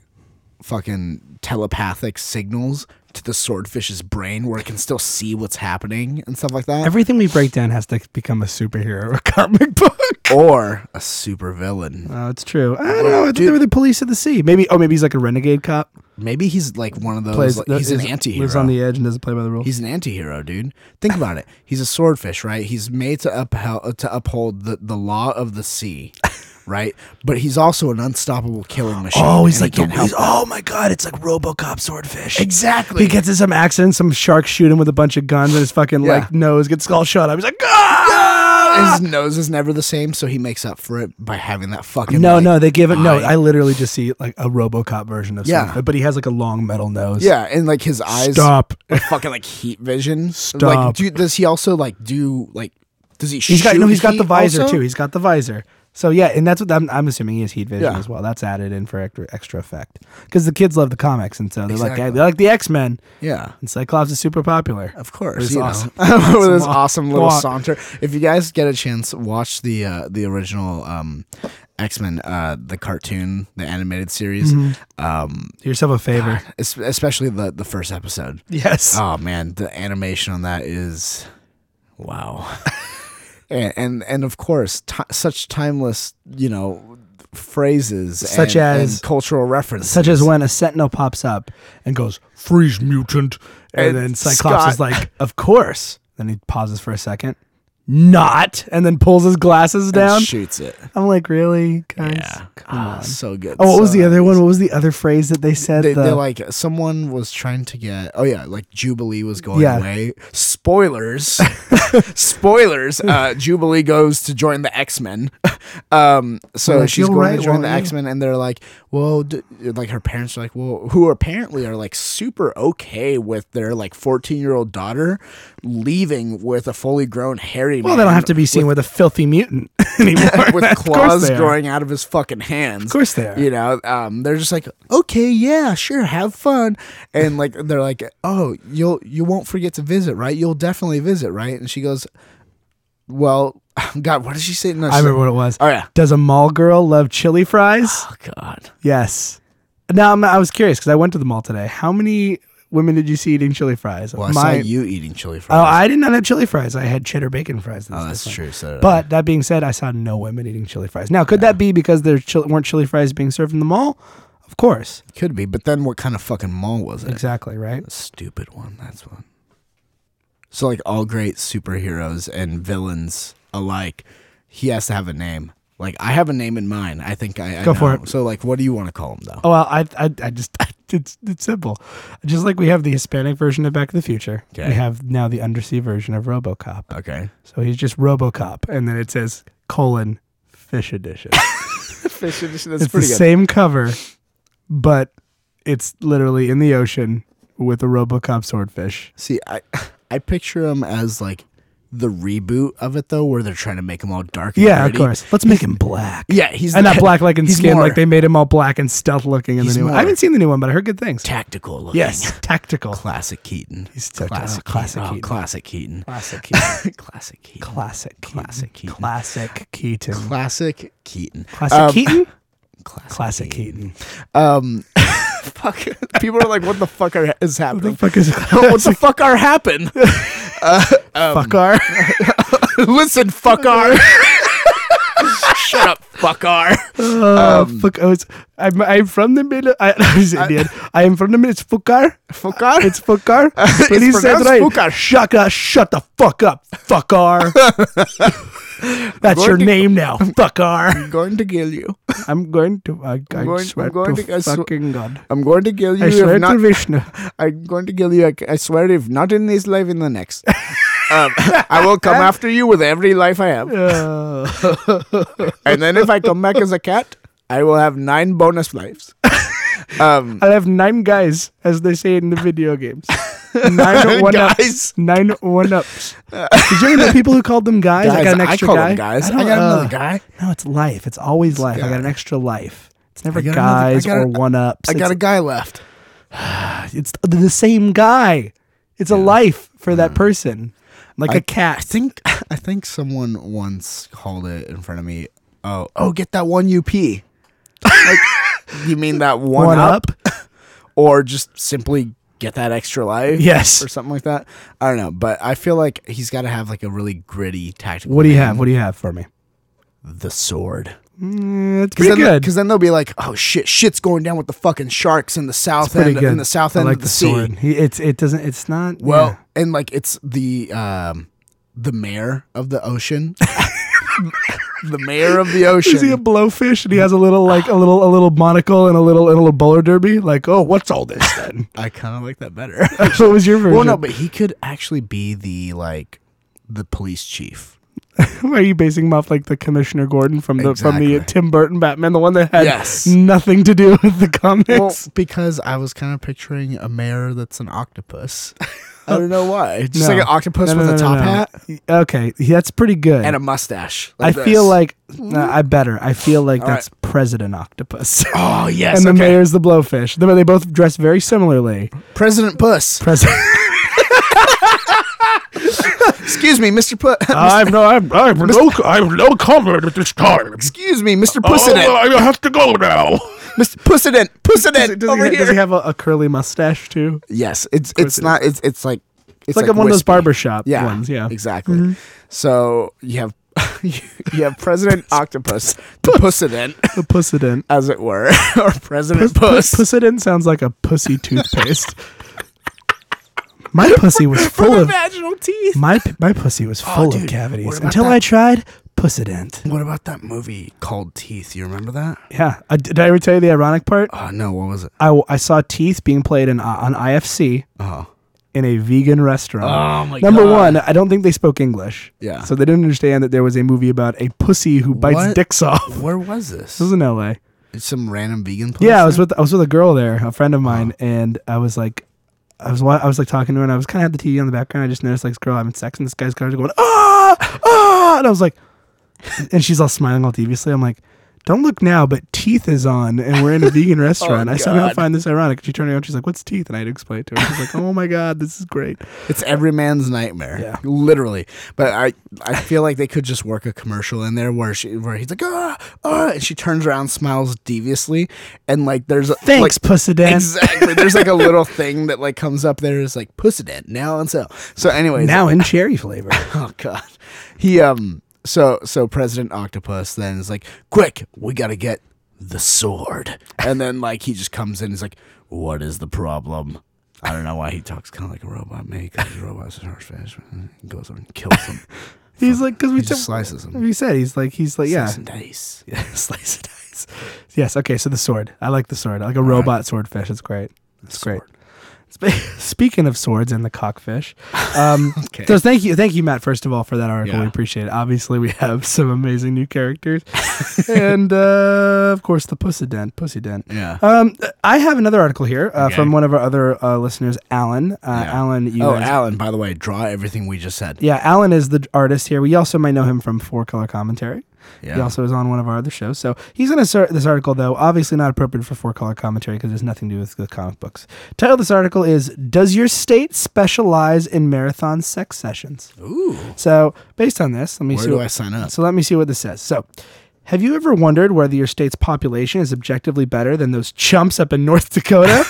Speaker 3: fucking telepathic signals to the swordfish's brain where it can still see what's happening and stuff like that?
Speaker 2: Everything we break down has to become a superhero or comic book.
Speaker 3: or a super villain.
Speaker 2: Oh, it's true. I don't know. I think they
Speaker 3: Dude.
Speaker 2: were the police of the sea. Maybe. Oh, maybe he's like a renegade cop.
Speaker 3: Maybe he's like one of those like,
Speaker 2: the-
Speaker 3: he's an
Speaker 2: is-
Speaker 3: anti-hero.
Speaker 2: Lives on the edge and doesn't play by the rules.
Speaker 3: He's an anti-hero, dude. Think about it. He's a swordfish, right? He's made to upheld, to uphold the, the law of the sea, right? But he's also an unstoppable killing machine. and he can't help-
Speaker 2: oh my god, it's like RoboCop swordfish.
Speaker 3: exactly.
Speaker 2: He gets in some accident, some shark shoot him with a bunch of guns, and his fucking
Speaker 3: Yeah.
Speaker 2: like nose gets all shot up. He's like, ah!
Speaker 3: his nose is never the same, so he makes up for it by having that fucking.
Speaker 2: No,
Speaker 3: like,
Speaker 2: no, they give it. No,
Speaker 3: eye.
Speaker 2: I literally just see like a RoboCop version of
Speaker 3: Yeah.
Speaker 2: swordfish, but he has like a long metal nose.
Speaker 3: Yeah, and like his eyes.
Speaker 2: Stop.
Speaker 3: are fucking like heat vision. Like,
Speaker 2: Stop.
Speaker 3: do, does he also like do like? Does he?
Speaker 2: He's got no. He's got the visor
Speaker 3: also?
Speaker 2: too. He's got the visor. So yeah, and that's what I'm, I'm assuming he has heat vision
Speaker 3: Yeah.
Speaker 2: as well. That's added in for extra, extra effect because the kids love the comics, and so they're like
Speaker 3: Exactly. Uh,
Speaker 2: they like the X Men.
Speaker 3: yeah.
Speaker 2: And Cyclops is super popular.
Speaker 3: Of course,
Speaker 2: It's
Speaker 3: you know.
Speaker 2: awesome.
Speaker 3: with his
Speaker 2: walk-
Speaker 3: awesome little
Speaker 2: walk.
Speaker 3: saunter. If you guys get a chance, watch the uh, the original um, X Men, uh, the cartoon, the animated series,
Speaker 2: Mm-hmm.
Speaker 3: um,
Speaker 2: Do yourself a favor. Uh,
Speaker 3: es- especially the the first episode.
Speaker 2: Yes.
Speaker 3: Oh man, the animation on that is wow, and, and and of course, ti such timeless, you know, phrases,
Speaker 2: Such
Speaker 3: and- and
Speaker 2: as-
Speaker 3: cultural references,
Speaker 2: Such as when a Sentinel pops up and goes freeze mutant, and,
Speaker 3: And
Speaker 2: then Cyclops is
Speaker 3: Scott-
Speaker 2: like, "Of course." Then he pauses for a second, not, and then pulls his glasses down.
Speaker 3: shoots it.
Speaker 2: I'm like, really, guys?
Speaker 3: Yeah,
Speaker 2: Come
Speaker 3: Ah,
Speaker 2: on.
Speaker 3: so good.
Speaker 2: Oh, what was
Speaker 3: So
Speaker 2: the other
Speaker 3: nice.
Speaker 2: one? What was the other phrase that they said?
Speaker 3: they,
Speaker 2: the,
Speaker 3: they're like someone was trying to get oh yeah like jubilee was going
Speaker 2: Yeah.
Speaker 3: away spoilers spoilers uh jubilee goes to join the x-men um so
Speaker 2: They're like,
Speaker 3: she's
Speaker 2: "You'll
Speaker 3: going
Speaker 2: write
Speaker 3: to join
Speaker 2: one,
Speaker 3: the
Speaker 2: yeah."
Speaker 3: x-men and they're like well d-, like her parents are like well who apparently are like super okay with their like 14 year old daughter leaving with a fully grown hairy
Speaker 2: well,
Speaker 3: man
Speaker 2: they don't have to be seen with, a filthy mutant anymore.
Speaker 3: with
Speaker 2: Of course
Speaker 3: claws
Speaker 2: they are.
Speaker 3: growing out of his fucking hands. Of
Speaker 2: course they are.
Speaker 3: You know, um, they're just like, okay, yeah, sure, have fun, and like they're like, oh, you'll you won't forget to visit, right? You'll definitely visit, right? And she goes, well, God, what did she say? No,
Speaker 2: I remember what it was.
Speaker 3: Oh yeah.
Speaker 2: Does a mall girl love chili fries?
Speaker 3: Oh God.
Speaker 2: yes. Now I'm, I was curious because I went to the mall today. How many women did you see eating chili fries?
Speaker 3: Well, I saw you eating chili
Speaker 2: Oh,
Speaker 3: fries.
Speaker 2: I did not have chili fries. I had cheddar bacon fries.
Speaker 3: Oh, that's true. So,
Speaker 2: But that being said, I saw no women eating chili fries. Now, could that be because there chil- weren't chili fries being served in the mall? Of course.
Speaker 3: could be. But then, what kind of fucking mall was it?
Speaker 2: Exactly, right?
Speaker 3: Stupid one. That's one. So like all great superheroes and villains alike, he has to have a name. Like I have a name in mind. I think I, I
Speaker 2: Go for
Speaker 3: know.
Speaker 2: it.
Speaker 3: So like, what do you want to call him though?
Speaker 2: Oh, well, I, I, I just, it's, it's simple. Just like we have the Hispanic version of Back to the Future,
Speaker 3: Okay.
Speaker 2: we have now the undersea version of Robocop.
Speaker 3: Okay.
Speaker 2: So he's just Robocop. And then it says colon fish edition.
Speaker 3: Fish edition.
Speaker 2: it's the same cover, but it's literally in the ocean with a RoboCop swordfish.
Speaker 3: See, I I picture him as like the reboot of it though, where they're trying to make him all dark. And
Speaker 2: Yeah, of
Speaker 3: gritty.
Speaker 2: course. Let's make him black.
Speaker 3: Yeah, he's
Speaker 2: and
Speaker 3: the-
Speaker 2: not black like in
Speaker 3: he's
Speaker 2: skin,
Speaker 3: more
Speaker 2: like they made him all black and stealth looking in the
Speaker 3: He's
Speaker 2: new one. I
Speaker 3: more-
Speaker 2: haven't seen the new one, but I heard good things.
Speaker 3: tactical looking.
Speaker 2: yes, tactical.
Speaker 3: classic Keaton.
Speaker 2: He's so-
Speaker 3: classic,
Speaker 2: oh, classic
Speaker 3: Keaton. Oh,
Speaker 2: Keaton.
Speaker 3: classic Keaton.
Speaker 2: Classic Keaton.
Speaker 3: classic Keaton.
Speaker 2: Classic Keaton.
Speaker 3: Classic Keaton.
Speaker 2: Classic Keaton.
Speaker 3: Classic Keaton.
Speaker 2: Classic
Speaker 3: Um,
Speaker 2: Keaton.
Speaker 3: Classic,
Speaker 2: Classic Keaton.
Speaker 3: Um, fuck. People are like, "What the fuck are, is happening?
Speaker 2: fuck is
Speaker 3: what the fuck are happen?"
Speaker 2: Um, fucker?
Speaker 3: Listen, fuckar. Shut up, fuckar.
Speaker 2: Uh, fuck, oh, it's, I'm, I'm from the middle. I, I was Indian. I am from the middle. It's fucker.
Speaker 3: Fuckar.
Speaker 2: It's fucker. But he said
Speaker 3: pronounced
Speaker 2: right.
Speaker 3: fucker.
Speaker 2: Shut up. Shut the fuck up. Fucker. That's your
Speaker 3: Going to-
Speaker 2: name now. Fucker.
Speaker 3: I'm going to kill you.
Speaker 2: I'm going to. I, I
Speaker 3: I'm going-
Speaker 2: swear
Speaker 3: I'm going
Speaker 2: to,
Speaker 3: to- I sw-
Speaker 2: fucking God.
Speaker 3: I'm going to kill you.
Speaker 2: I swear
Speaker 3: if not,
Speaker 2: to Vishnu.
Speaker 3: I'm going to kill you. I, I swear, if not in this life, in the next. Um, I will come after you with every life I have.
Speaker 2: Uh,
Speaker 3: And then if I come back as a cat, I will have nine bonus lives. Um,
Speaker 2: I'll have nine guys, as they say in the video games. Nine one
Speaker 3: Guys.
Speaker 2: ups. Nine one ups. Did you know people who called them guys? I got an extra
Speaker 3: call
Speaker 2: guy.
Speaker 3: them guys.
Speaker 2: I don't-
Speaker 3: I got
Speaker 2: uh,
Speaker 3: another guy.
Speaker 2: No, it's life. It's always life. I
Speaker 3: guy.
Speaker 2: got an extra life. It's never
Speaker 3: I got another- I
Speaker 2: guys
Speaker 3: got
Speaker 2: or
Speaker 3: a-
Speaker 2: one ups.
Speaker 3: I got a
Speaker 2: it's,
Speaker 3: guy left.
Speaker 2: it's th- the same guy. It's a life for that person, like a
Speaker 3: Mm. I
Speaker 2: cat.
Speaker 3: think I think someone once called it in front of me. Oh, oh, get that one UP. like, you mean that one, up, or just simply get that extra life?
Speaker 2: Yes.
Speaker 3: or something like that. I don't know, but I feel like he's got to have like a really gritty tactical.
Speaker 2: What do you
Speaker 3: name.
Speaker 2: have? What do you have for me?
Speaker 3: The sword.
Speaker 2: Mm, it's
Speaker 3: Because
Speaker 2: pretty
Speaker 3: then,
Speaker 2: good.
Speaker 3: Because then they'll be like, "Oh shit, shit's going down with the fucking sharks in the south
Speaker 2: pretty
Speaker 3: end,
Speaker 2: good.
Speaker 3: in the south
Speaker 2: I
Speaker 3: end
Speaker 2: like
Speaker 3: of the,
Speaker 2: the
Speaker 3: sea."
Speaker 2: sword. He, it's it doesn't. It's not.
Speaker 3: Well,
Speaker 2: yeah.
Speaker 3: and like it's the um, the mayor of the ocean, the mayor of the ocean.
Speaker 2: Is he a blowfish and he has a little like a little a little monocle and a little and a little bowler derby? Like, oh, what's all this then?
Speaker 3: I kind of like that better.
Speaker 2: what was your version?
Speaker 3: well, no, but he could actually be the like the police chief.
Speaker 2: Why are you basing him off like the Commissioner Gordon from the from the
Speaker 3: Exactly.
Speaker 2: Tim Burton Batman, the one that had
Speaker 3: Yes.
Speaker 2: nothing to do with the comics?
Speaker 3: Well, because I was kind of picturing a mayor that's an octopus. I don't know why. Just like an octopus
Speaker 2: No, no,
Speaker 3: with
Speaker 2: no,
Speaker 3: a
Speaker 2: no,
Speaker 3: top
Speaker 2: no.
Speaker 3: hat
Speaker 2: Okay, that's pretty good.
Speaker 3: and a mustache.
Speaker 2: I
Speaker 3: Like
Speaker 2: feel
Speaker 3: this.
Speaker 2: like nah, I better. I feel like
Speaker 3: All right.
Speaker 2: that's President Octopus.
Speaker 3: oh yes,
Speaker 2: and the
Speaker 3: okay.
Speaker 2: mayor's the blowfish. They- They both dress very similarly.
Speaker 3: President Puss.
Speaker 2: President.
Speaker 3: Excuse me, Mr. Puss.
Speaker 4: I've no, I've, I've no, I've no comment at this time.
Speaker 3: Excuse me,
Speaker 2: Oh,
Speaker 3: Mr. Pussident.
Speaker 4: Oh, I have to go now.
Speaker 3: Mr. Pussident.
Speaker 2: does, he-
Speaker 3: Pussident
Speaker 2: does he,
Speaker 3: over
Speaker 2: ha- does he
Speaker 3: here.
Speaker 2: have a, a curly mustache too?
Speaker 3: yes, it's it's
Speaker 2: it
Speaker 3: not. It's it's like
Speaker 2: It's like, one of those
Speaker 3: wispy.
Speaker 2: barbershop
Speaker 3: yeah,
Speaker 2: ones. Yeah. Mm-hmm.
Speaker 3: exactly. So you have you have President Octopus, the Pussident,
Speaker 2: The Pussident.
Speaker 3: as it were, or President Puss.
Speaker 2: Pussident sounds like a pussy toothpaste. my pussy was full
Speaker 3: With
Speaker 2: of
Speaker 3: vaginal teeth.
Speaker 2: my my pussy was full of
Speaker 3: Oh, dude, what
Speaker 2: cavities
Speaker 3: about
Speaker 2: until
Speaker 3: that?
Speaker 2: I tried Pussident.
Speaker 3: What about that movie called Teeth? You remember that?
Speaker 2: Yeah. I, Uh, did I ever tell you the ironic part?
Speaker 3: Oh no, what was it?
Speaker 2: I, w- I saw Teeth being played in uh, on IFC
Speaker 3: Oh,
Speaker 2: in a vegan restaurant.
Speaker 3: oh my
Speaker 2: Number one, I don't think they spoke English.
Speaker 3: Yeah.
Speaker 2: So they didn't understand that there was a movie about a pussy who bites
Speaker 3: What?
Speaker 2: dicks off.
Speaker 3: Where was
Speaker 2: This
Speaker 3: this?
Speaker 2: was in LA.
Speaker 3: It's some random vegan place.
Speaker 2: Yeah, I was with I was with a girl there, a friend of mine, and I was like, I was wa- I was like talking to her, and I was kind of had the TV on the background. I just noticed like this girl having sex, and this guy's kind of going ah ah, and I was like, and she's all smiling all deviously. I'm like, don't look now, but teeth is on, and we're in a vegan restaurant. I somehow
Speaker 3: God.
Speaker 2: find this ironic. She turned around, she's like, what's teeth? And I had to explain it to her. She's like, oh my god, this is great.
Speaker 3: It's every man's nightmare.
Speaker 2: Yeah.
Speaker 3: Literally. But I I feel like they could just work a commercial in there where she where he's like, ah, ah and she turns around, smiles deviously, and like there's a
Speaker 2: Thanks,
Speaker 3: like,
Speaker 2: pussy dance.
Speaker 3: Exactly. There's like a little thing that like comes up there is like pussident now on sale. So anyways
Speaker 2: Now in cherry flavor.
Speaker 3: Oh god. He um so so President Octopus then is like, Quick, we gotta get the sword. And then like he just comes in, he's like, What is the problem? I don't know why he talks kind of like a robot, maybe because robots are fast. He goes up and kills him.
Speaker 2: He's like, because we
Speaker 3: He just
Speaker 2: said-
Speaker 3: slices him.
Speaker 2: We said he's like he's like yeah
Speaker 3: Slice and dice.
Speaker 2: Yeah, slice and dice. Yes. Okay. So the sword. I like the sword. I like a robot swordfish. It's great. It's great. Spe- Speaking of swords and the cockfish, um,
Speaker 3: Okay.
Speaker 2: so thank you, thank you, Matt. First of all, for that article,
Speaker 3: Yeah.
Speaker 2: we appreciate it. Obviously, we have some amazing new characters, and uh, of course, the pussy dent, pussy dent.
Speaker 3: Yeah.
Speaker 2: Um, I have another article here uh,
Speaker 3: Okay.
Speaker 2: from one of our other uh, listeners, Alan. Uh,
Speaker 3: Yeah.
Speaker 2: Alan, you
Speaker 3: oh,
Speaker 2: guys-
Speaker 3: Alan, by the way, draw everything we just said.
Speaker 2: yeah, Alan is the artist here. We also might know him from Four Color Commentary. He also is on one of our other shows. So he's going to start this article, though, obviously not appropriate for Four Color Commentary because there's nothing to do with the comic books. Title of this article is Does Your State Specialize in Marathon Sex Sessions?
Speaker 3: Ooh.
Speaker 2: So based on this, let me
Speaker 3: Where
Speaker 2: see.
Speaker 3: do
Speaker 2: what-
Speaker 3: I sign up?
Speaker 2: So let me see what this says. So. Have you ever wondered whether your state's population is objectively better than those chumps up in North Dakota?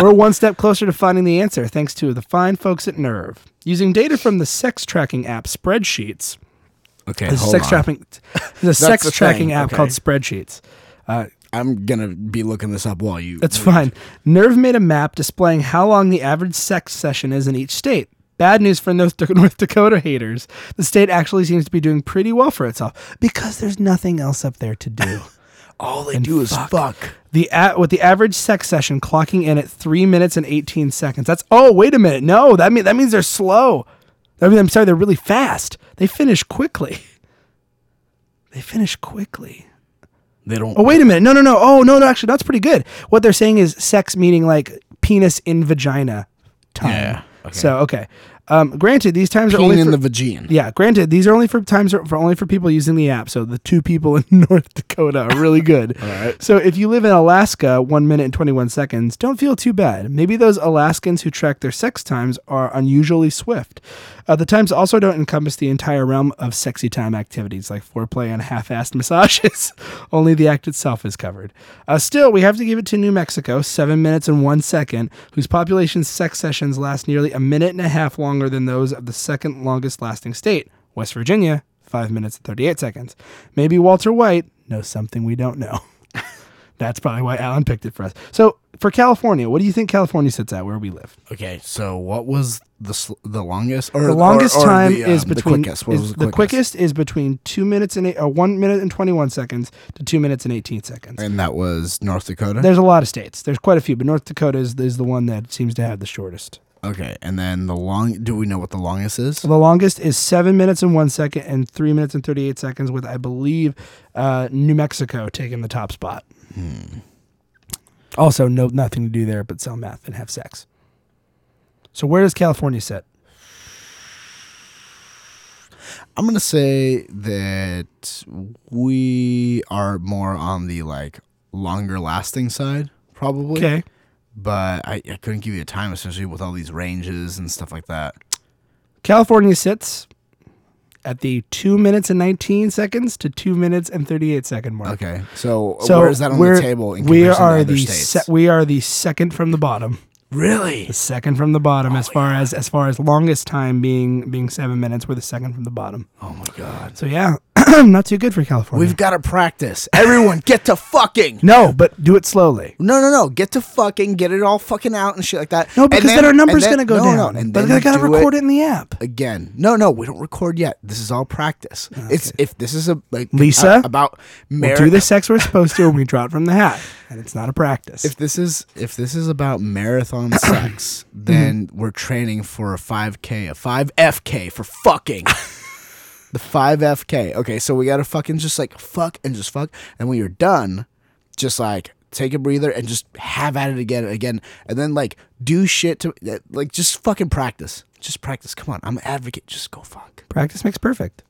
Speaker 2: We're one step closer to finding the answer thanks to the fine folks at Nerve. Using data from the sex tracking app Spreadsheets,
Speaker 3: Okay,
Speaker 2: there's a
Speaker 3: hold
Speaker 2: sex
Speaker 3: on.
Speaker 2: tracking, there's a sex
Speaker 3: the
Speaker 2: tracking
Speaker 3: thing,
Speaker 2: app
Speaker 3: okay.
Speaker 2: called Spreadsheets.
Speaker 3: I'm gonna be looking this up while you.
Speaker 2: That's fine. Nerve made a map displaying how long the average sex session is in each state. Bad news for North, Dak- North Dakota haters. The state actually seems to be doing pretty well for itself because there's nothing else up there to do.
Speaker 3: All they do is fuck.
Speaker 2: The at with the average sex session clocking in at three minutes and eighteen seconds. That's oh wait a minute no that mean that means they're slow. I mean I'm sorry they're really fast. They finish quickly. They finish quickly.
Speaker 3: They don't.
Speaker 2: Oh wait a minute no no no oh no no actually that's pretty good. What they're saying is sex meaning like penis in vagina time.
Speaker 3: Yeah, okay.
Speaker 2: So okay. Um, granted these times are only
Speaker 3: in
Speaker 2: for-
Speaker 3: the vagina.
Speaker 2: yeah, granted, these are only for times are for only for people using the app. So the two people in North Dakota are really good. All
Speaker 3: right.
Speaker 2: So if you live in Alaska, one minute and twenty one seconds, don't feel too bad. Maybe those Alaskans who track their sex times are unusually swift. Uh, the times also don't encompass the entire realm of sexy time activities like foreplay and half-assed massages. only the act itself is covered. Uh, still, we have to give it to New Mexico, seven minutes and one second, whose population's sex sessions last nearly a minute and a half longer than those of the second longest lasting state, West Virginia, five minutes and 38 seconds. Maybe Walter White knows something we don't know. That's probably why Alan picked it for us. So, for California, what do you think California sits at where we live?
Speaker 3: Okay, so what was the sl- the longest or
Speaker 2: The longest
Speaker 3: or- or
Speaker 2: time
Speaker 3: the, um,
Speaker 2: is between
Speaker 3: the quickest? What
Speaker 2: is-
Speaker 3: was the,
Speaker 2: the quickest is between two minutes and eight, uh, one minute and twenty one seconds to two minutes and eighteen seconds.
Speaker 3: and that was North Dakota.
Speaker 2: There's a lot of states. There's quite a few, but North Dakota is, is the one that seems to have the shortest.
Speaker 3: okay, and then the long. Do we know what the longest is?
Speaker 2: The longest is seven minutes and one second, and three minutes and thirty-eight seconds, with I believe uh, New Mexico taking the top spot.
Speaker 3: Hmm.
Speaker 2: Also, no nothing to do there but sell meth and have sex. So where does California sit?
Speaker 3: I'm gonna say that we are more on the like longer lasting side, probably.
Speaker 2: Okay,
Speaker 3: But I, I couldn't give you a time, especially with all these ranges and stuff like that.
Speaker 2: California sits at the two minutes and nineteen seconds to two minutes and thirty-eight second mark.
Speaker 3: Okay, so,
Speaker 2: So
Speaker 3: where is that on
Speaker 2: we're-
Speaker 3: the table in
Speaker 2: we
Speaker 3: comparison
Speaker 2: are
Speaker 3: to other
Speaker 2: the
Speaker 3: states?
Speaker 2: se- we are the second from the bottom.
Speaker 3: really?
Speaker 2: The second from the bottom,
Speaker 3: Oh,
Speaker 2: as far as as far as longest time being being seven minutes, we're the second from the bottom.
Speaker 3: Oh my god.
Speaker 2: So yeah, not too good for California.
Speaker 3: We've got to practice. Everyone, get to fucking.
Speaker 2: no, but do it slowly.
Speaker 3: No, no, no. Get to fucking. Get it all fucking out and shit like that.
Speaker 2: No,
Speaker 3: And
Speaker 2: because then,
Speaker 3: and
Speaker 2: our number's
Speaker 3: then-
Speaker 2: gonna go
Speaker 3: no,
Speaker 2: down.
Speaker 3: No, and
Speaker 2: but
Speaker 3: then
Speaker 2: I gotta
Speaker 3: do
Speaker 2: record it. in the app.
Speaker 3: again. No, no, we don't record yet. This is all practice. It's if this is a like
Speaker 2: Lisa,
Speaker 3: a- about
Speaker 2: We'll
Speaker 3: marathon.
Speaker 2: do the sex we're supposed to when we draw it from the hat, and it's not a practice.
Speaker 3: If this is if this is about marathon sex,
Speaker 2: Mm-hmm.
Speaker 3: then we're training for a 5k, a 5fk for fucking. the 5fk. Okay, so we got to fucking just like fuck and just fuck and when you're done, just like take a breather and just have at it again and again and then like do shit to like just fucking practice. Just practice. Come on. I'm an advocate. Just go fuck.
Speaker 2: practice makes perfect.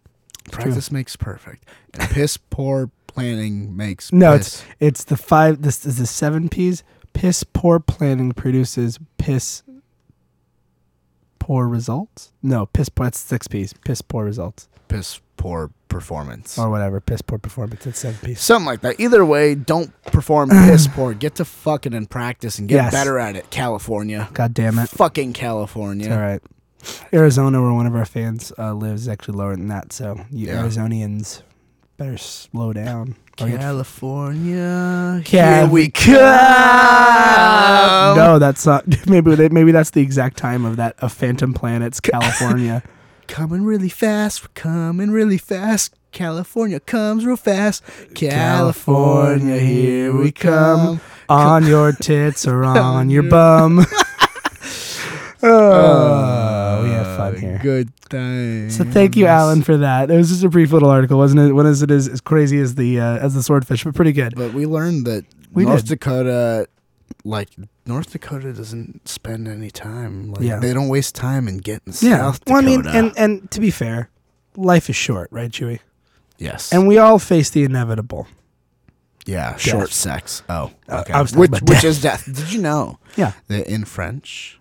Speaker 3: Practice makes perfect. And piss poor planning makes
Speaker 2: No,
Speaker 3: piss.
Speaker 2: it's it's the five. This is the seven P's. Piss poor planning produces piss poor results. No, piss poor. That's six P's. Piss poor results
Speaker 3: piss poor performance.
Speaker 2: or whatever. Piss poor performance. That's seven P's.
Speaker 3: Something like that. Either way, don't perform piss poor. Get to fucking and practice and get
Speaker 2: Yes.
Speaker 3: better at it, California.
Speaker 2: God damn it.
Speaker 3: Fucking California.
Speaker 2: All right. Arizona, where one of our fans uh, lives, is actually lower than that. So you
Speaker 3: Yeah.
Speaker 2: Arizonians better slow down. Or get-
Speaker 3: California.
Speaker 2: Oh, Can
Speaker 3: here
Speaker 2: we
Speaker 3: come.
Speaker 2: no, that's not. Maybe they, maybe that's the exact time of that of Phantom Planets, California.
Speaker 3: Coming really fast. We're coming really fast. California comes real fast. California, here we come.
Speaker 2: on your tits or on your bum. Oh, we have fun here.
Speaker 3: Uh, Good time.
Speaker 2: So thank you, Alan, for that. It was just a brief little article, wasn't it? Wasn't it as, as crazy as the uh, as the swordfish, but pretty good.
Speaker 3: But we learned that
Speaker 2: We
Speaker 3: North
Speaker 2: did.
Speaker 3: Dakota, like North Dakota, doesn't spend any time. Like,
Speaker 2: Yeah.
Speaker 3: they don't waste time in getting
Speaker 2: yeah.
Speaker 3: South
Speaker 2: Well, I
Speaker 3: Dakota.
Speaker 2: mean, and and to be fair, life is short, right, Chewy?
Speaker 3: yes,
Speaker 2: And we all face the inevitable.
Speaker 3: yeah, short sex. Oh, okay.
Speaker 2: Uh, I was talking
Speaker 3: which
Speaker 2: about
Speaker 3: which
Speaker 2: death.
Speaker 3: is death? Did you know
Speaker 2: Yeah.
Speaker 3: that in French,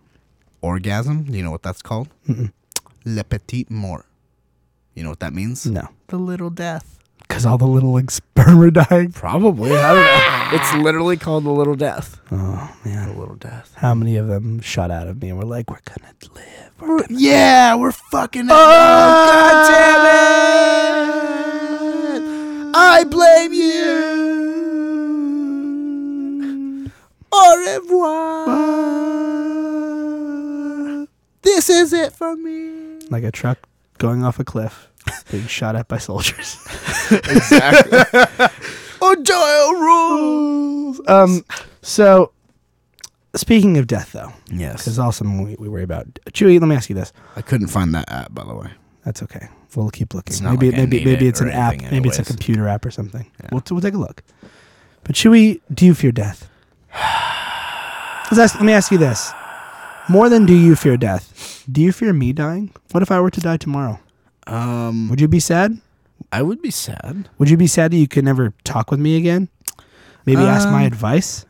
Speaker 3: orgasm? You know what that's called? Le petit mort. You know what that means?
Speaker 2: No,
Speaker 3: The little death.
Speaker 2: because all the little like sperm are dying.
Speaker 3: Probably. I don't know. It's literally called the little death.
Speaker 2: Oh
Speaker 3: The
Speaker 2: man,
Speaker 3: little death.
Speaker 2: how many of them shot out of me and were like, "We're gonna live."
Speaker 3: Yeah, we're fucking.
Speaker 2: God
Speaker 3: it! I blame you. Au revoir. This is it for me.
Speaker 2: Like a truck going off a cliff, being shot at by soldiers.
Speaker 3: Exactly. Odoyle rules. Uh,
Speaker 2: Um, so speaking of death, though,
Speaker 3: Yes,
Speaker 2: because also we, we worry about Chewy. Let me ask you this.
Speaker 3: I couldn't find that app, by the way.
Speaker 2: That's okay. We'll keep looking.
Speaker 3: It's not
Speaker 2: maybe
Speaker 3: like I
Speaker 2: maybe
Speaker 3: need
Speaker 2: maybe
Speaker 3: it
Speaker 2: it's
Speaker 3: or
Speaker 2: an app.
Speaker 3: anything
Speaker 2: Maybe it's a
Speaker 3: anyways.
Speaker 2: computer app or something. We'll t- we'll take a look. But Chewy, do you fear death? 'Cause that's- let me ask you this. More than do you fear death, do you fear me dying? What if I were to die tomorrow?
Speaker 3: Um,
Speaker 2: Would you be sad?
Speaker 3: I would be sad.
Speaker 2: Would you be sad that you could never talk with me again? Maybe ask my
Speaker 3: Um,
Speaker 2: advice?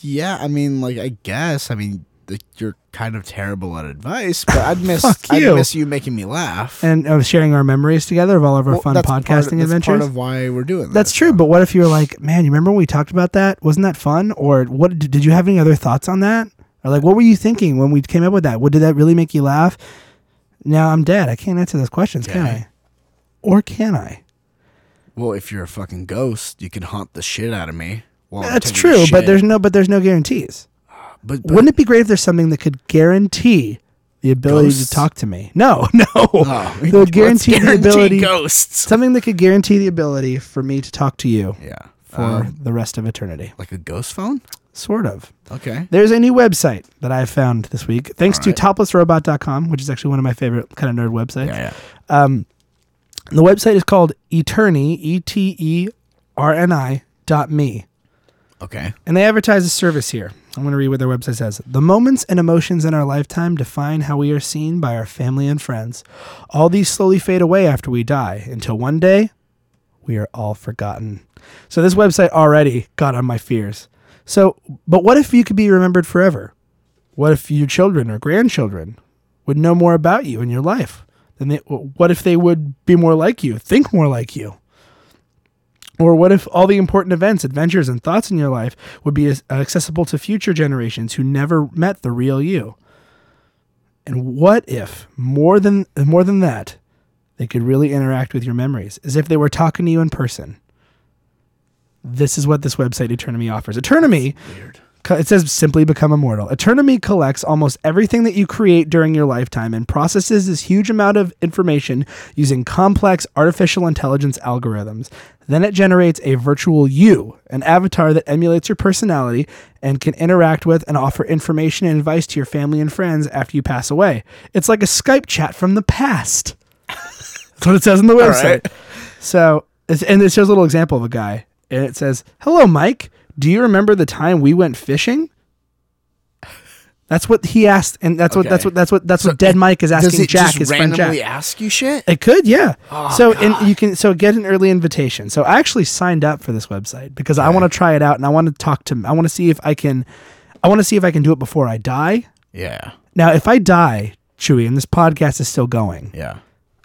Speaker 3: Yeah, I mean, like, I guess. I mean, th- you're kind of terrible at advice, but I'd miss.
Speaker 2: Fuck
Speaker 3: I'd
Speaker 2: you.
Speaker 3: miss you making me laugh.
Speaker 2: And of sharing our memories together of all of our
Speaker 3: Well,
Speaker 2: fun
Speaker 3: that's part of-
Speaker 2: podcasting
Speaker 3: that's
Speaker 2: adventures?
Speaker 3: Part of why we're doing.
Speaker 2: That's
Speaker 3: this.
Speaker 2: true, but what if you were like, man, you remember when we talked about that? Wasn't that fun? Or what did you have any other thoughts on that? Or like, what were you thinking when we came up with that? What did that really make you laugh? Now I'm dead. I can't answer those questions, can
Speaker 3: Yeah.
Speaker 2: I? Or can I?
Speaker 3: Well, if you're a fucking ghost, you can haunt the shit out of me. While I'm
Speaker 2: That's
Speaker 3: taking a
Speaker 2: true, but
Speaker 3: shit.
Speaker 2: there's no but there's no guarantees.
Speaker 3: But, but
Speaker 2: Wouldn't it be great if there's something that could guarantee the ability
Speaker 3: Ghosts?
Speaker 2: to talk to me? No, no.
Speaker 3: oh,
Speaker 2: They'll guarantee the ability-
Speaker 3: ghosts.
Speaker 2: Something that could guarantee the ability for me to talk to you
Speaker 3: Yeah, Uh,
Speaker 2: for the rest of eternity.
Speaker 3: like a ghost phone.
Speaker 2: Sort of.
Speaker 3: Okay.
Speaker 2: There's a new website that I found this week, thanks to
Speaker 3: Alright.
Speaker 2: toplessrobot.com, which is actually one of my favorite kind of nerd websites.
Speaker 3: Yeah, yeah.
Speaker 2: The website is called Eterni, E T E R N I dot me.
Speaker 3: Okay.
Speaker 2: And they advertise a service here. I'm going to read what their website says. The moments and emotions in our lifetime define how we are seen by our family and friends. All these slowly fade away after we die until one day we are all forgotten. So this website already got on my fears. So, but what if you could be remembered forever? What if your children or grandchildren would know more about you and your life? Then they, what if they would be more like you, think more like you? Or what if all the important events, adventures, and thoughts in your life would be as- uh, accessible to future generations who never met the real you? And what if more than more than that, they could really interact with your memories as if they were talking to you in person? This is what this website Eternomy offers. Eternomy Co- It says simply become immortal. Eternomy collects almost everything that you create during your lifetime and processes this huge amount of information using complex artificial intelligence algorithms. Then it generates a virtual you, an avatar that emulates your personality and can interact with and offer information and advice to your family and friends after you pass away. It's like a Skype chat from the past. That's what it says on the website.
Speaker 3: right.
Speaker 2: So, it's- and it shows a little example of a guy, and it says, "Hello, Mike. Do you remember the time we went fishing?" That's what he asked, and that's what that's
Speaker 3: Okay.
Speaker 2: what that's what that's what Dead Mike is asking
Speaker 3: Does it
Speaker 2: Jack,
Speaker 3: just
Speaker 2: his friend
Speaker 3: randomly Oh,
Speaker 2: Jack.
Speaker 3: ask you shit?
Speaker 2: It could, yeah. so and you can so get an early invitation. So I actually signed up for this website because I want to try it out and I want to talk to I want to see if I can I want to see if I can do it before I die.
Speaker 3: Yeah.
Speaker 2: Now, if I die, Chewy, and this podcast is still going,
Speaker 3: Yeah.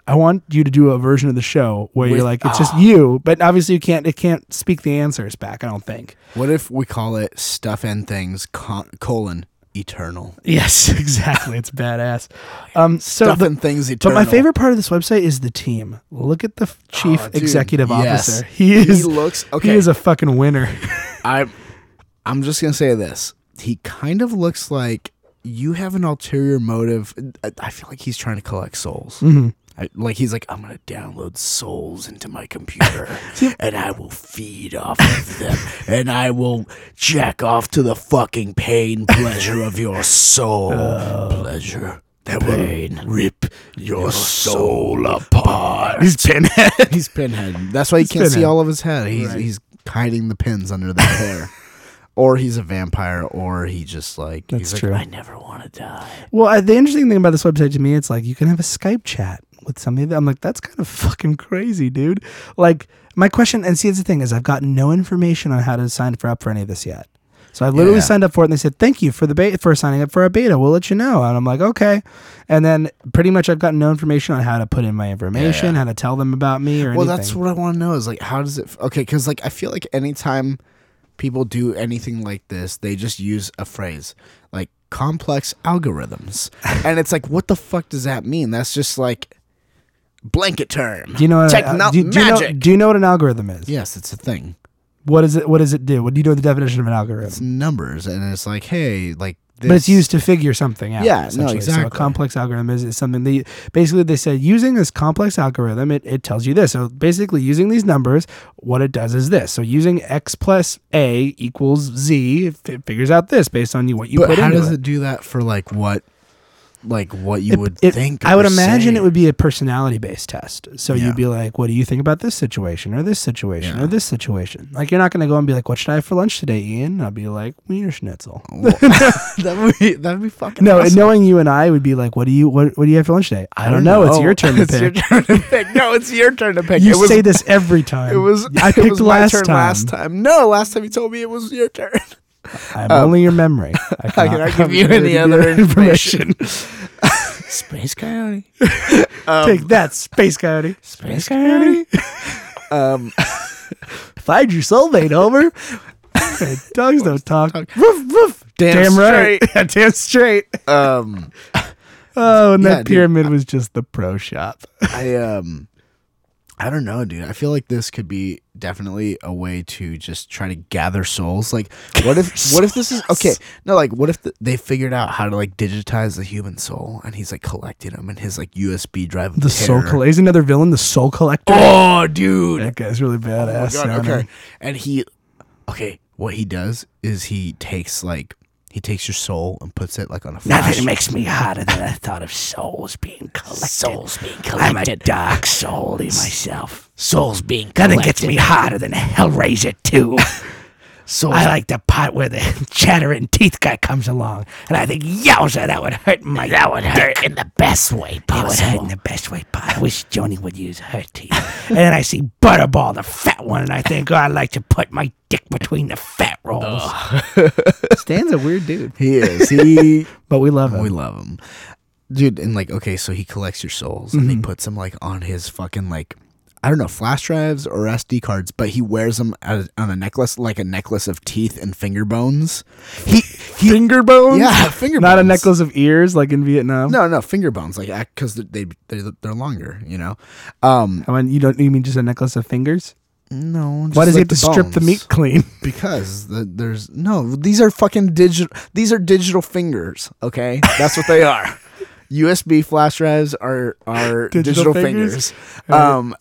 Speaker 2: I want you to do a version of the show where you're
Speaker 3: With-
Speaker 2: like it's just you, but obviously you can't it can't speak the answers back, I don't think.
Speaker 3: What if we call it stuff and things con- colon eternal?
Speaker 2: Yes, exactly. It's badass. Um so
Speaker 3: stuff
Speaker 2: the-
Speaker 3: and things
Speaker 2: But my
Speaker 3: eternal.
Speaker 2: favorite part of this website is the team. Look at the f- chief
Speaker 3: Oh, dude,
Speaker 2: executive
Speaker 3: yes.
Speaker 2: officer. He is
Speaker 3: He looks
Speaker 2: He
Speaker 3: okay.
Speaker 2: is a fucking winner.
Speaker 3: I I'm just gonna say this. He kind of looks like you have an ulterior motive. I- I feel like he's trying to collect souls.
Speaker 4: I, like he's like, I'm gonna download souls into my computer, and I will feed off of them, and I will jack off to the fucking pain pleasure of your soul, pleasure Oh. that pain. will rip your, soul apart. He's pinhead. he's pinhead. That's why you can't see
Speaker 2: pinhead.
Speaker 4: all of his head. He's he's hiding the pins under the hair, or he's a vampire, or he just like
Speaker 2: That's
Speaker 4: he's
Speaker 2: true.
Speaker 4: Like, I never want to die.
Speaker 2: Well, uh, the interesting thing about this website to me, it's like you can have a Skype chat with somebody. That I'm like, that's kind of fucking crazy, dude. Like my question, and see, it's the thing is, I've gotten no information on how to sign for up for any of this yet. So I literally
Speaker 4: Yeah.
Speaker 2: signed up for it, and they said, "Thank you for the beta for signing up for our beta. We'll let you know." And I'm like, "Okay." And then pretty much I've gotten no information on how to put in my information, how to tell them about me, or
Speaker 4: Well,
Speaker 2: anything.
Speaker 4: that's what I want to know is like, how does it? f- Okay, because like I feel like anytime people do anything like this, they just use a phrase like complex algorithms, and it's like, what the fuck does that mean? That's just like blanket term.
Speaker 2: do you know what
Speaker 4: Techno-
Speaker 2: do, you- do you know,
Speaker 4: magic.
Speaker 2: do you know what an algorithm is?
Speaker 4: yes, it's a thing.
Speaker 2: What is it? What does it do? What do you know the definition of an algorithm?
Speaker 4: It's numbers, and it's like, hey, like. This,
Speaker 2: but it's used to figure something out.
Speaker 4: Yeah, no,
Speaker 2: essentially. So a
Speaker 4: exactly.
Speaker 2: complex algorithm is, is something they basically they said using this complex algorithm, it, it tells you this. So basically, using these numbers, what it does is this. So using x plus a equals z, it fi- figures out this based on you what you
Speaker 4: But
Speaker 2: put
Speaker 4: how
Speaker 2: into
Speaker 4: does
Speaker 2: it.
Speaker 4: it do that for like what, like what you
Speaker 2: It-
Speaker 4: would
Speaker 2: it-
Speaker 4: think?
Speaker 2: I would
Speaker 4: or
Speaker 2: imagine
Speaker 4: say?
Speaker 2: it would be a personality based test. So
Speaker 4: Yeah.
Speaker 2: you'd be like, what do you think about this situation or this situation
Speaker 4: Yeah.
Speaker 2: or this situation? Like, you're not going to go and be like, what should I have for lunch today, Ian? I'll be like, Wiener Schnitzel.
Speaker 4: that would be that would be fucking
Speaker 2: No, and
Speaker 4: awesome.
Speaker 2: knowing you and I would be like, what do you what, what do you have for lunch today? I don't know. It's your turn to
Speaker 4: Oh, It's your
Speaker 2: pick.
Speaker 4: turn to pick. No, it's your turn to pick.
Speaker 2: You
Speaker 4: it was,
Speaker 2: say this every time.
Speaker 4: It was.
Speaker 2: I
Speaker 4: it
Speaker 2: picked
Speaker 4: was my
Speaker 2: last,
Speaker 4: turn
Speaker 2: time.
Speaker 4: last time. No, last time you told me it was your turn.
Speaker 2: I'm only your memory. I
Speaker 4: um, I
Speaker 2: cannot-
Speaker 4: cannot give you any other information. Space Coyote.
Speaker 2: Take that, space coyote.
Speaker 4: Um, Space Coyote. um,
Speaker 2: Find your soulmate, Homer. Hey, Dogs don't talk. Woof, woof.
Speaker 4: Damn
Speaker 2: right. Yeah, Damn straight.
Speaker 4: um,
Speaker 2: Oh, and
Speaker 4: Yeah,
Speaker 2: that
Speaker 4: dude.
Speaker 2: pyramid was just the pro shop.
Speaker 4: I um, I don't know, dude. I feel like this could be definitely a way to just try to gather souls. Like, what if what if this is okay? No, like, what if th they figured out how to like digitize the human soul, and he's like collecting them in his like USB drive. Of
Speaker 2: The soul
Speaker 4: terror.
Speaker 2: collector. Is another villain the soul collector?
Speaker 4: Oh, dude.
Speaker 2: That guy's really badass.
Speaker 4: Oh my God,
Speaker 2: sounding.
Speaker 4: okay. And he, okay, what he does is he takes like he takes your soul and puts it like on a flash.
Speaker 5: Nothing makes me hotter than the thought of souls being collected. Souls being collected. I'm a dark soul in myself. Souls being collected. Nothing gets me hotter than Hellraiser 2.
Speaker 4: Souls-
Speaker 5: I like the part where the chattering teeth guy comes along, and I think, yowza, that would hurt my That would hurt in the best way possible. It would hurt in the best way possible. I wish Joni would use her teeth. and then I see Butterball, the fat one, and I think, oh, I'd like to put my dick between the fat rolls.
Speaker 2: Stan's a weird dude,
Speaker 4: he is. He
Speaker 2: but we love him.
Speaker 4: we love him, dude. And like, okay, so he collects your souls and he puts them like on his fucking like. I don't know, flash drives or SD cards, but he wears them as, on a necklace, like a necklace of teeth and finger bones. He, he
Speaker 2: finger bones.
Speaker 4: yeah, finger
Speaker 2: not a
Speaker 4: bones.
Speaker 2: necklace of ears like in Vietnam.
Speaker 4: No, no, finger bones, like because they they're, they're longer, you know. Um,
Speaker 2: I mean, you don't. You mean just a necklace of fingers?
Speaker 4: no,
Speaker 2: Why does
Speaker 4: just
Speaker 2: he
Speaker 4: like
Speaker 2: have to strip the
Speaker 4: bones.
Speaker 2: meat clean?
Speaker 4: Because the, there's no. These are fucking digital. These are digital fingers. Okay, that's what they are. USB flash drives are are
Speaker 2: Digital
Speaker 4: digital,
Speaker 2: fingers?
Speaker 4: fingers. Um,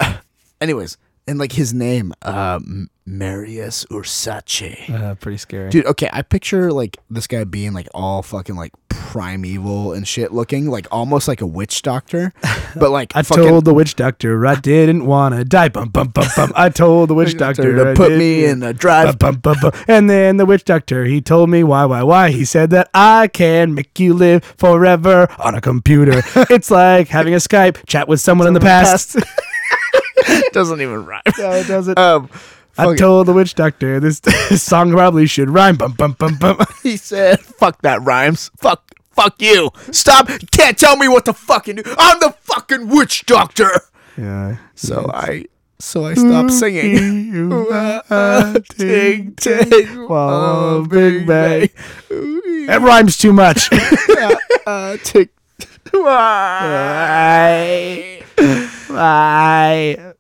Speaker 4: anyways, and like his name, um, Marius Ursace.
Speaker 2: Uh, pretty scary.
Speaker 4: Dude, okay, I picture like this guy being like all fucking like primeval and shit looking, like almost like a witch doctor, but like
Speaker 2: I
Speaker 4: fucking
Speaker 2: told the witch doctor I didn't wanna die. Bum bum bum bum. I told the witch doctor
Speaker 4: to
Speaker 2: I
Speaker 4: put
Speaker 2: didn't-
Speaker 4: me in a drive.
Speaker 2: Bum, bum, bum, bum. And then the witch doctor he told me why why why he said that I can make you live forever on a computer. it's like having a Skype chat with someone in the past.
Speaker 4: doesn't even rhyme.
Speaker 2: No, it doesn't.
Speaker 4: Um,
Speaker 2: I
Speaker 4: fuck it.
Speaker 2: told the witch doctor this, this song probably should rhyme. Bum bum bum bum.
Speaker 4: he said, "Fuck that rhymes. Fuck, fuck you. Stop. You can't tell me what to fucking do. I'm the fucking witch doctor."
Speaker 2: Yeah.
Speaker 4: So I, so I stopped singing.
Speaker 2: ah,
Speaker 4: Ting, ting,
Speaker 2: Wow,
Speaker 4: uh,
Speaker 2: Big Bang.
Speaker 4: Ooh,
Speaker 2: That rhymes too much.
Speaker 4: uh, tick.
Speaker 2: Why? Why?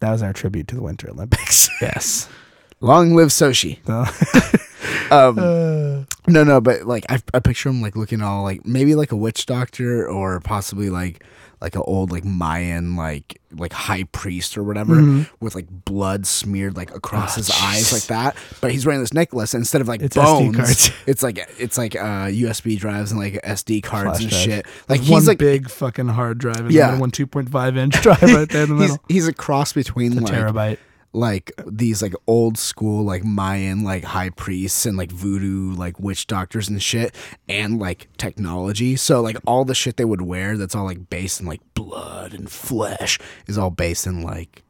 Speaker 2: That was our tribute to the Winter Olympics.
Speaker 4: Yes. Long live Soshi.
Speaker 2: So-
Speaker 4: Um, no, no, but like I, I picture him like looking all like maybe like a witch doctor or possibly like
Speaker 3: like an old like Mayan like like high priest or whatever
Speaker 2: Mm-hmm.
Speaker 3: with like blood smeared like across his eyes like that. But he's wearing this necklace and instead of like
Speaker 2: Ah, It's SD
Speaker 3: bones.
Speaker 2: cards.
Speaker 3: It's like it's like uh, USB drives and like SD cards
Speaker 2: Flash
Speaker 3: and
Speaker 2: drive.
Speaker 3: shit. Like
Speaker 2: There's
Speaker 3: he's
Speaker 2: one
Speaker 3: like
Speaker 2: big fucking hard drive and
Speaker 3: Yeah.
Speaker 2: yeah. one 2.5 inch drive right there in the
Speaker 3: he's,
Speaker 2: middle.
Speaker 3: he's a cross between like
Speaker 2: Terabyte.
Speaker 3: like these like old school like Mayan like high priests and like voodoo like witch doctors and shit and like technology. So like all the shit they would wear that's all like based in like blood and flesh is all based in like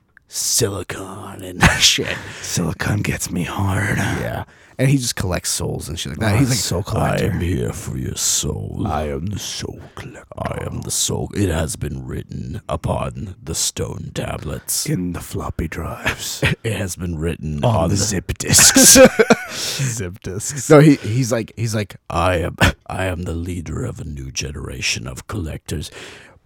Speaker 3: silicon and shit.
Speaker 4: Silicon gets me hard.
Speaker 3: Yeah. And he just collects souls and shit like that. He's like so
Speaker 4: I am here for your soul. I am the soul collector. I am the soul. It has been written upon the stone tablets.
Speaker 2: In the floppy drives.
Speaker 4: It has been written on, Oh, the zip disk.
Speaker 2: Zip disks.
Speaker 3: No, he he's like he's like
Speaker 4: I am I am the leader of a new generation of collectors.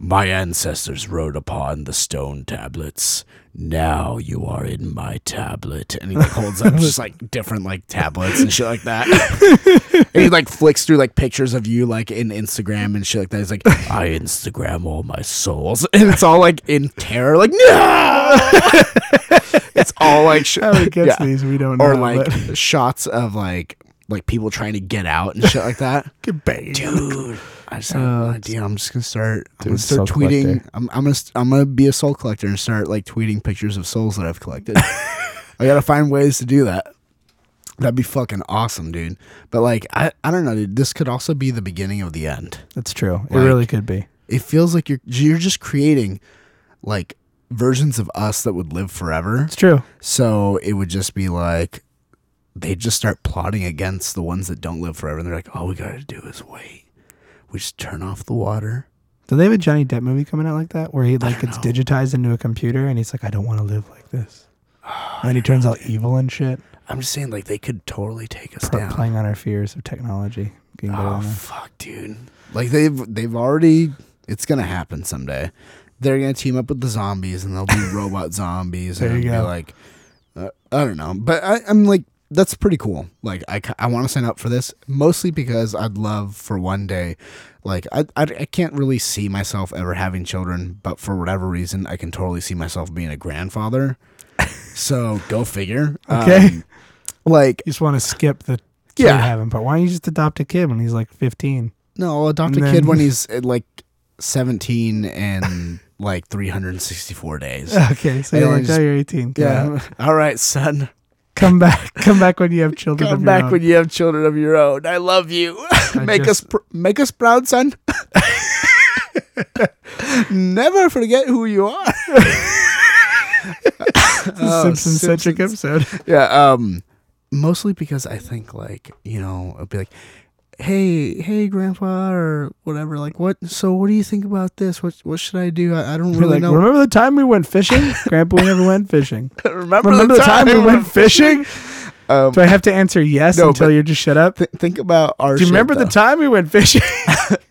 Speaker 4: My ancestors wrote upon the stone tablets. Now you are in my tablet.
Speaker 3: and he like holds up just like different like tablets and shit like that. and he like flicks through like pictures of you like in Instagram and shit like that. He's like,
Speaker 4: I Instagram all my souls.
Speaker 3: and it's all like in terror, like no. it's all like sh-
Speaker 2: How he gets
Speaker 3: yeah.
Speaker 2: these, we don't know.
Speaker 3: or like
Speaker 2: but-
Speaker 3: shots of like like people trying to get out and shit like that.
Speaker 2: Get banged.
Speaker 3: Dude, I just have an idea. I'm just gonna start. I'm gonna
Speaker 2: Dude,
Speaker 3: start
Speaker 2: soul
Speaker 3: tweeting.
Speaker 2: collector.
Speaker 3: I'm, I'm gonna st- I'm gonna be a soul collector and start like tweeting pictures of souls that I've collected. I gotta find ways to do that. That'd be fucking awesome, dude. But like, I I don't know, dude. This could also be the beginning of the end.
Speaker 2: That's true. It
Speaker 3: Like-
Speaker 2: really could be.
Speaker 3: It feels like you're you're just creating like versions of us that would live forever.
Speaker 2: It's true.
Speaker 3: So it would just be like they just start plotting against the ones that don't live forever, and they're like, all we gotta do is wait. We just turn off the water.
Speaker 2: Do they have a Johnny Depp movie coming out like that where he like
Speaker 3: don't
Speaker 2: gets
Speaker 3: know.
Speaker 2: digitized into a computer and he's like, I don't want to live like this. And then he turns out evil and shit,
Speaker 3: I'm just saying, like, they could totally take us
Speaker 2: pr-
Speaker 3: down.
Speaker 2: playing on our fears of technology. Getting better
Speaker 3: oh
Speaker 2: than that.
Speaker 3: fuck, dude! Like they've they've already. It's gonna happen someday. They're gonna team up with the zombies, and they'll be robot zombies,
Speaker 2: There
Speaker 3: and
Speaker 2: you
Speaker 3: it'll
Speaker 2: go.
Speaker 3: be like, uh, I don't know, but I, I'm like, that's pretty cool. Like, I ca- I want to sign up for this mostly because I'd love for one day. Like, I, I I can't really see myself ever having children, but for whatever reason, I can totally see myself being a grandfather. So go figure.
Speaker 2: Okay.
Speaker 3: Um, like
Speaker 2: You just want to skip the kid
Speaker 3: Yeah.
Speaker 2: having part. Why don't you just adopt a kid when he's like 15?
Speaker 3: No, I'll adopt
Speaker 2: And
Speaker 3: a kid
Speaker 2: then-
Speaker 3: when he's uh, like 17 and like 364 days.
Speaker 2: Okay, so you're
Speaker 3: And then
Speaker 2: like,
Speaker 3: just-
Speaker 2: oh, you're 18. Come
Speaker 3: Yeah.
Speaker 2: back.
Speaker 3: All right, son.
Speaker 2: come back, come back when you have children.
Speaker 3: Come back when you have children of your own. I love you.
Speaker 2: I
Speaker 3: make us
Speaker 2: just-
Speaker 3: pr- make us proud, son. Never forget who you are. Oh,
Speaker 2: Simpson-centric episode.
Speaker 3: yeah um mostly because i think like you know i'll be like hey hey grandpa or whatever like what so what do you think about this what what should i do i, I don't
Speaker 2: Be
Speaker 3: really
Speaker 2: like,
Speaker 3: know
Speaker 2: remember the time we went fishing? Grandpa, we never went fishing.
Speaker 3: remember,
Speaker 2: Remember the time we went fishing?
Speaker 3: um
Speaker 2: Do I have to answer yes
Speaker 3: No,
Speaker 2: until
Speaker 3: but-
Speaker 2: you're just shut up?
Speaker 3: th- think about our
Speaker 2: Do you remember the time we went fishing?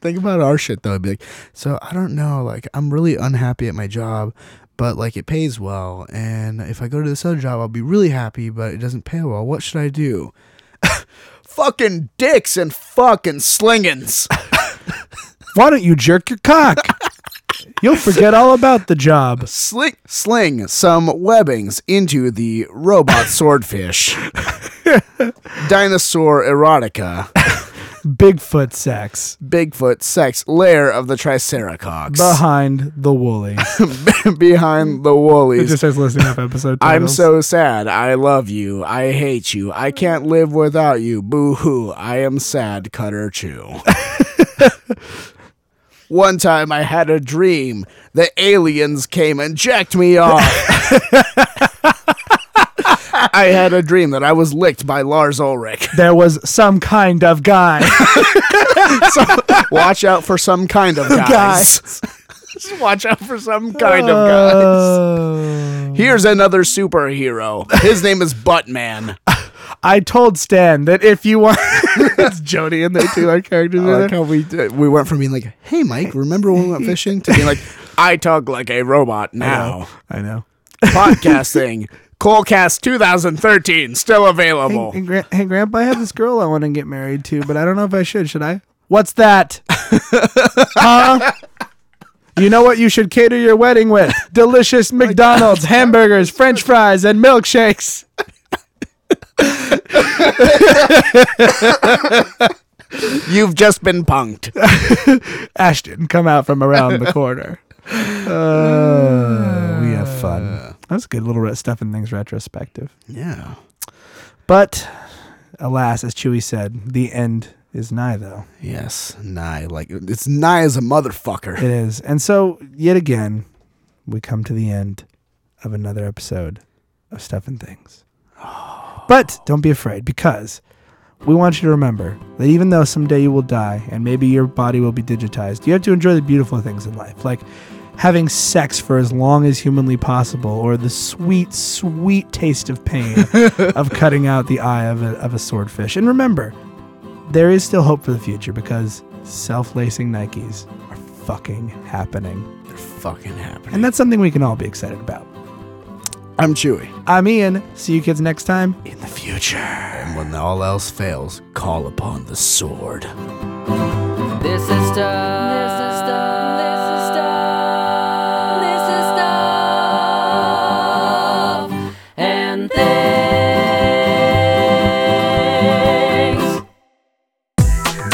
Speaker 3: think about our shit though I'd be like so i don't know like i'm really unhappy at my job but like it pays well and if i go to this other job i'll be really happy but it doesn't pay well what should i do fucking dicks and fucking slingings
Speaker 2: Why don't you jerk your cock? You'll forget all about the job.
Speaker 3: Sling, sling some webbings into the robot swordfish. Dinosaur erotica.
Speaker 2: Bigfoot sex
Speaker 3: Bigfoot sex lair of the Triceratops.
Speaker 2: behind the woolly.
Speaker 3: Behind the
Speaker 2: It
Speaker 3: woolies.
Speaker 2: just starts listing off episode
Speaker 3: I'm
Speaker 2: titles.
Speaker 3: so sad. I love you. I hate you. I can't live without you. Boo hoo. I am sad, Cutter Chew. One time I had a dream. The aliens came and jacked me off. I had a dream that I was licked by Lars Ulrich.
Speaker 2: There was some kind of guy.
Speaker 3: So watch out for some kind of guys. Just watch out for some kind
Speaker 2: Uh.
Speaker 3: of guys.
Speaker 2: Oh.
Speaker 3: Here's another superhero. His name is Buttman.
Speaker 2: I told Stan that if you want, it's Jody in there too. Our characters
Speaker 3: I
Speaker 2: are
Speaker 3: like
Speaker 2: there.
Speaker 3: how we did, we went from being like, "Hey, Mike, remember when we went fishing?" to being like, "I talk like a robot now."
Speaker 2: I know.
Speaker 3: Podcasting, Colecast 2013, still available.
Speaker 2: Hey, gra- hey, Grandpa, I have this girl I want to get married to, but I don't know if I should. Should I? What's that? huh? You know what you should cater your wedding with? Delicious McDonald's hamburgers, french fries, and milkshakes.
Speaker 3: You've just been punked.
Speaker 2: Ashton, come out from around the corner. Uh, we have fun. That was good little re- stuff in things retrospective.
Speaker 3: Yeah.
Speaker 2: But alas, as Chewie said, the end is nigh, though.
Speaker 3: Yes. Nigh. Like, it's nigh as a motherfucker.
Speaker 2: It is. And so, yet again, we come to the end of another episode of Stuff and Things. But don't be afraid because we want you to remember that even though someday you will die and maybe your body will be digitized, you have to enjoy the beautiful things in life, like having sex for as long as humanly possible or the sweet, sweet taste of pain of cutting out the eye of a, of a swordfish. And remember, there is still hope for the future because self lacing Nikes are fucking happening.
Speaker 3: They're fucking happening.
Speaker 2: And that's something we can all be excited about.
Speaker 3: I'm Chewy.
Speaker 2: I'm Ian. See you kids next time.
Speaker 3: In the future. And when all else fails, call upon the sword.
Speaker 1: This is stuff. This is stuff. This is stuff. This is stuff. And things.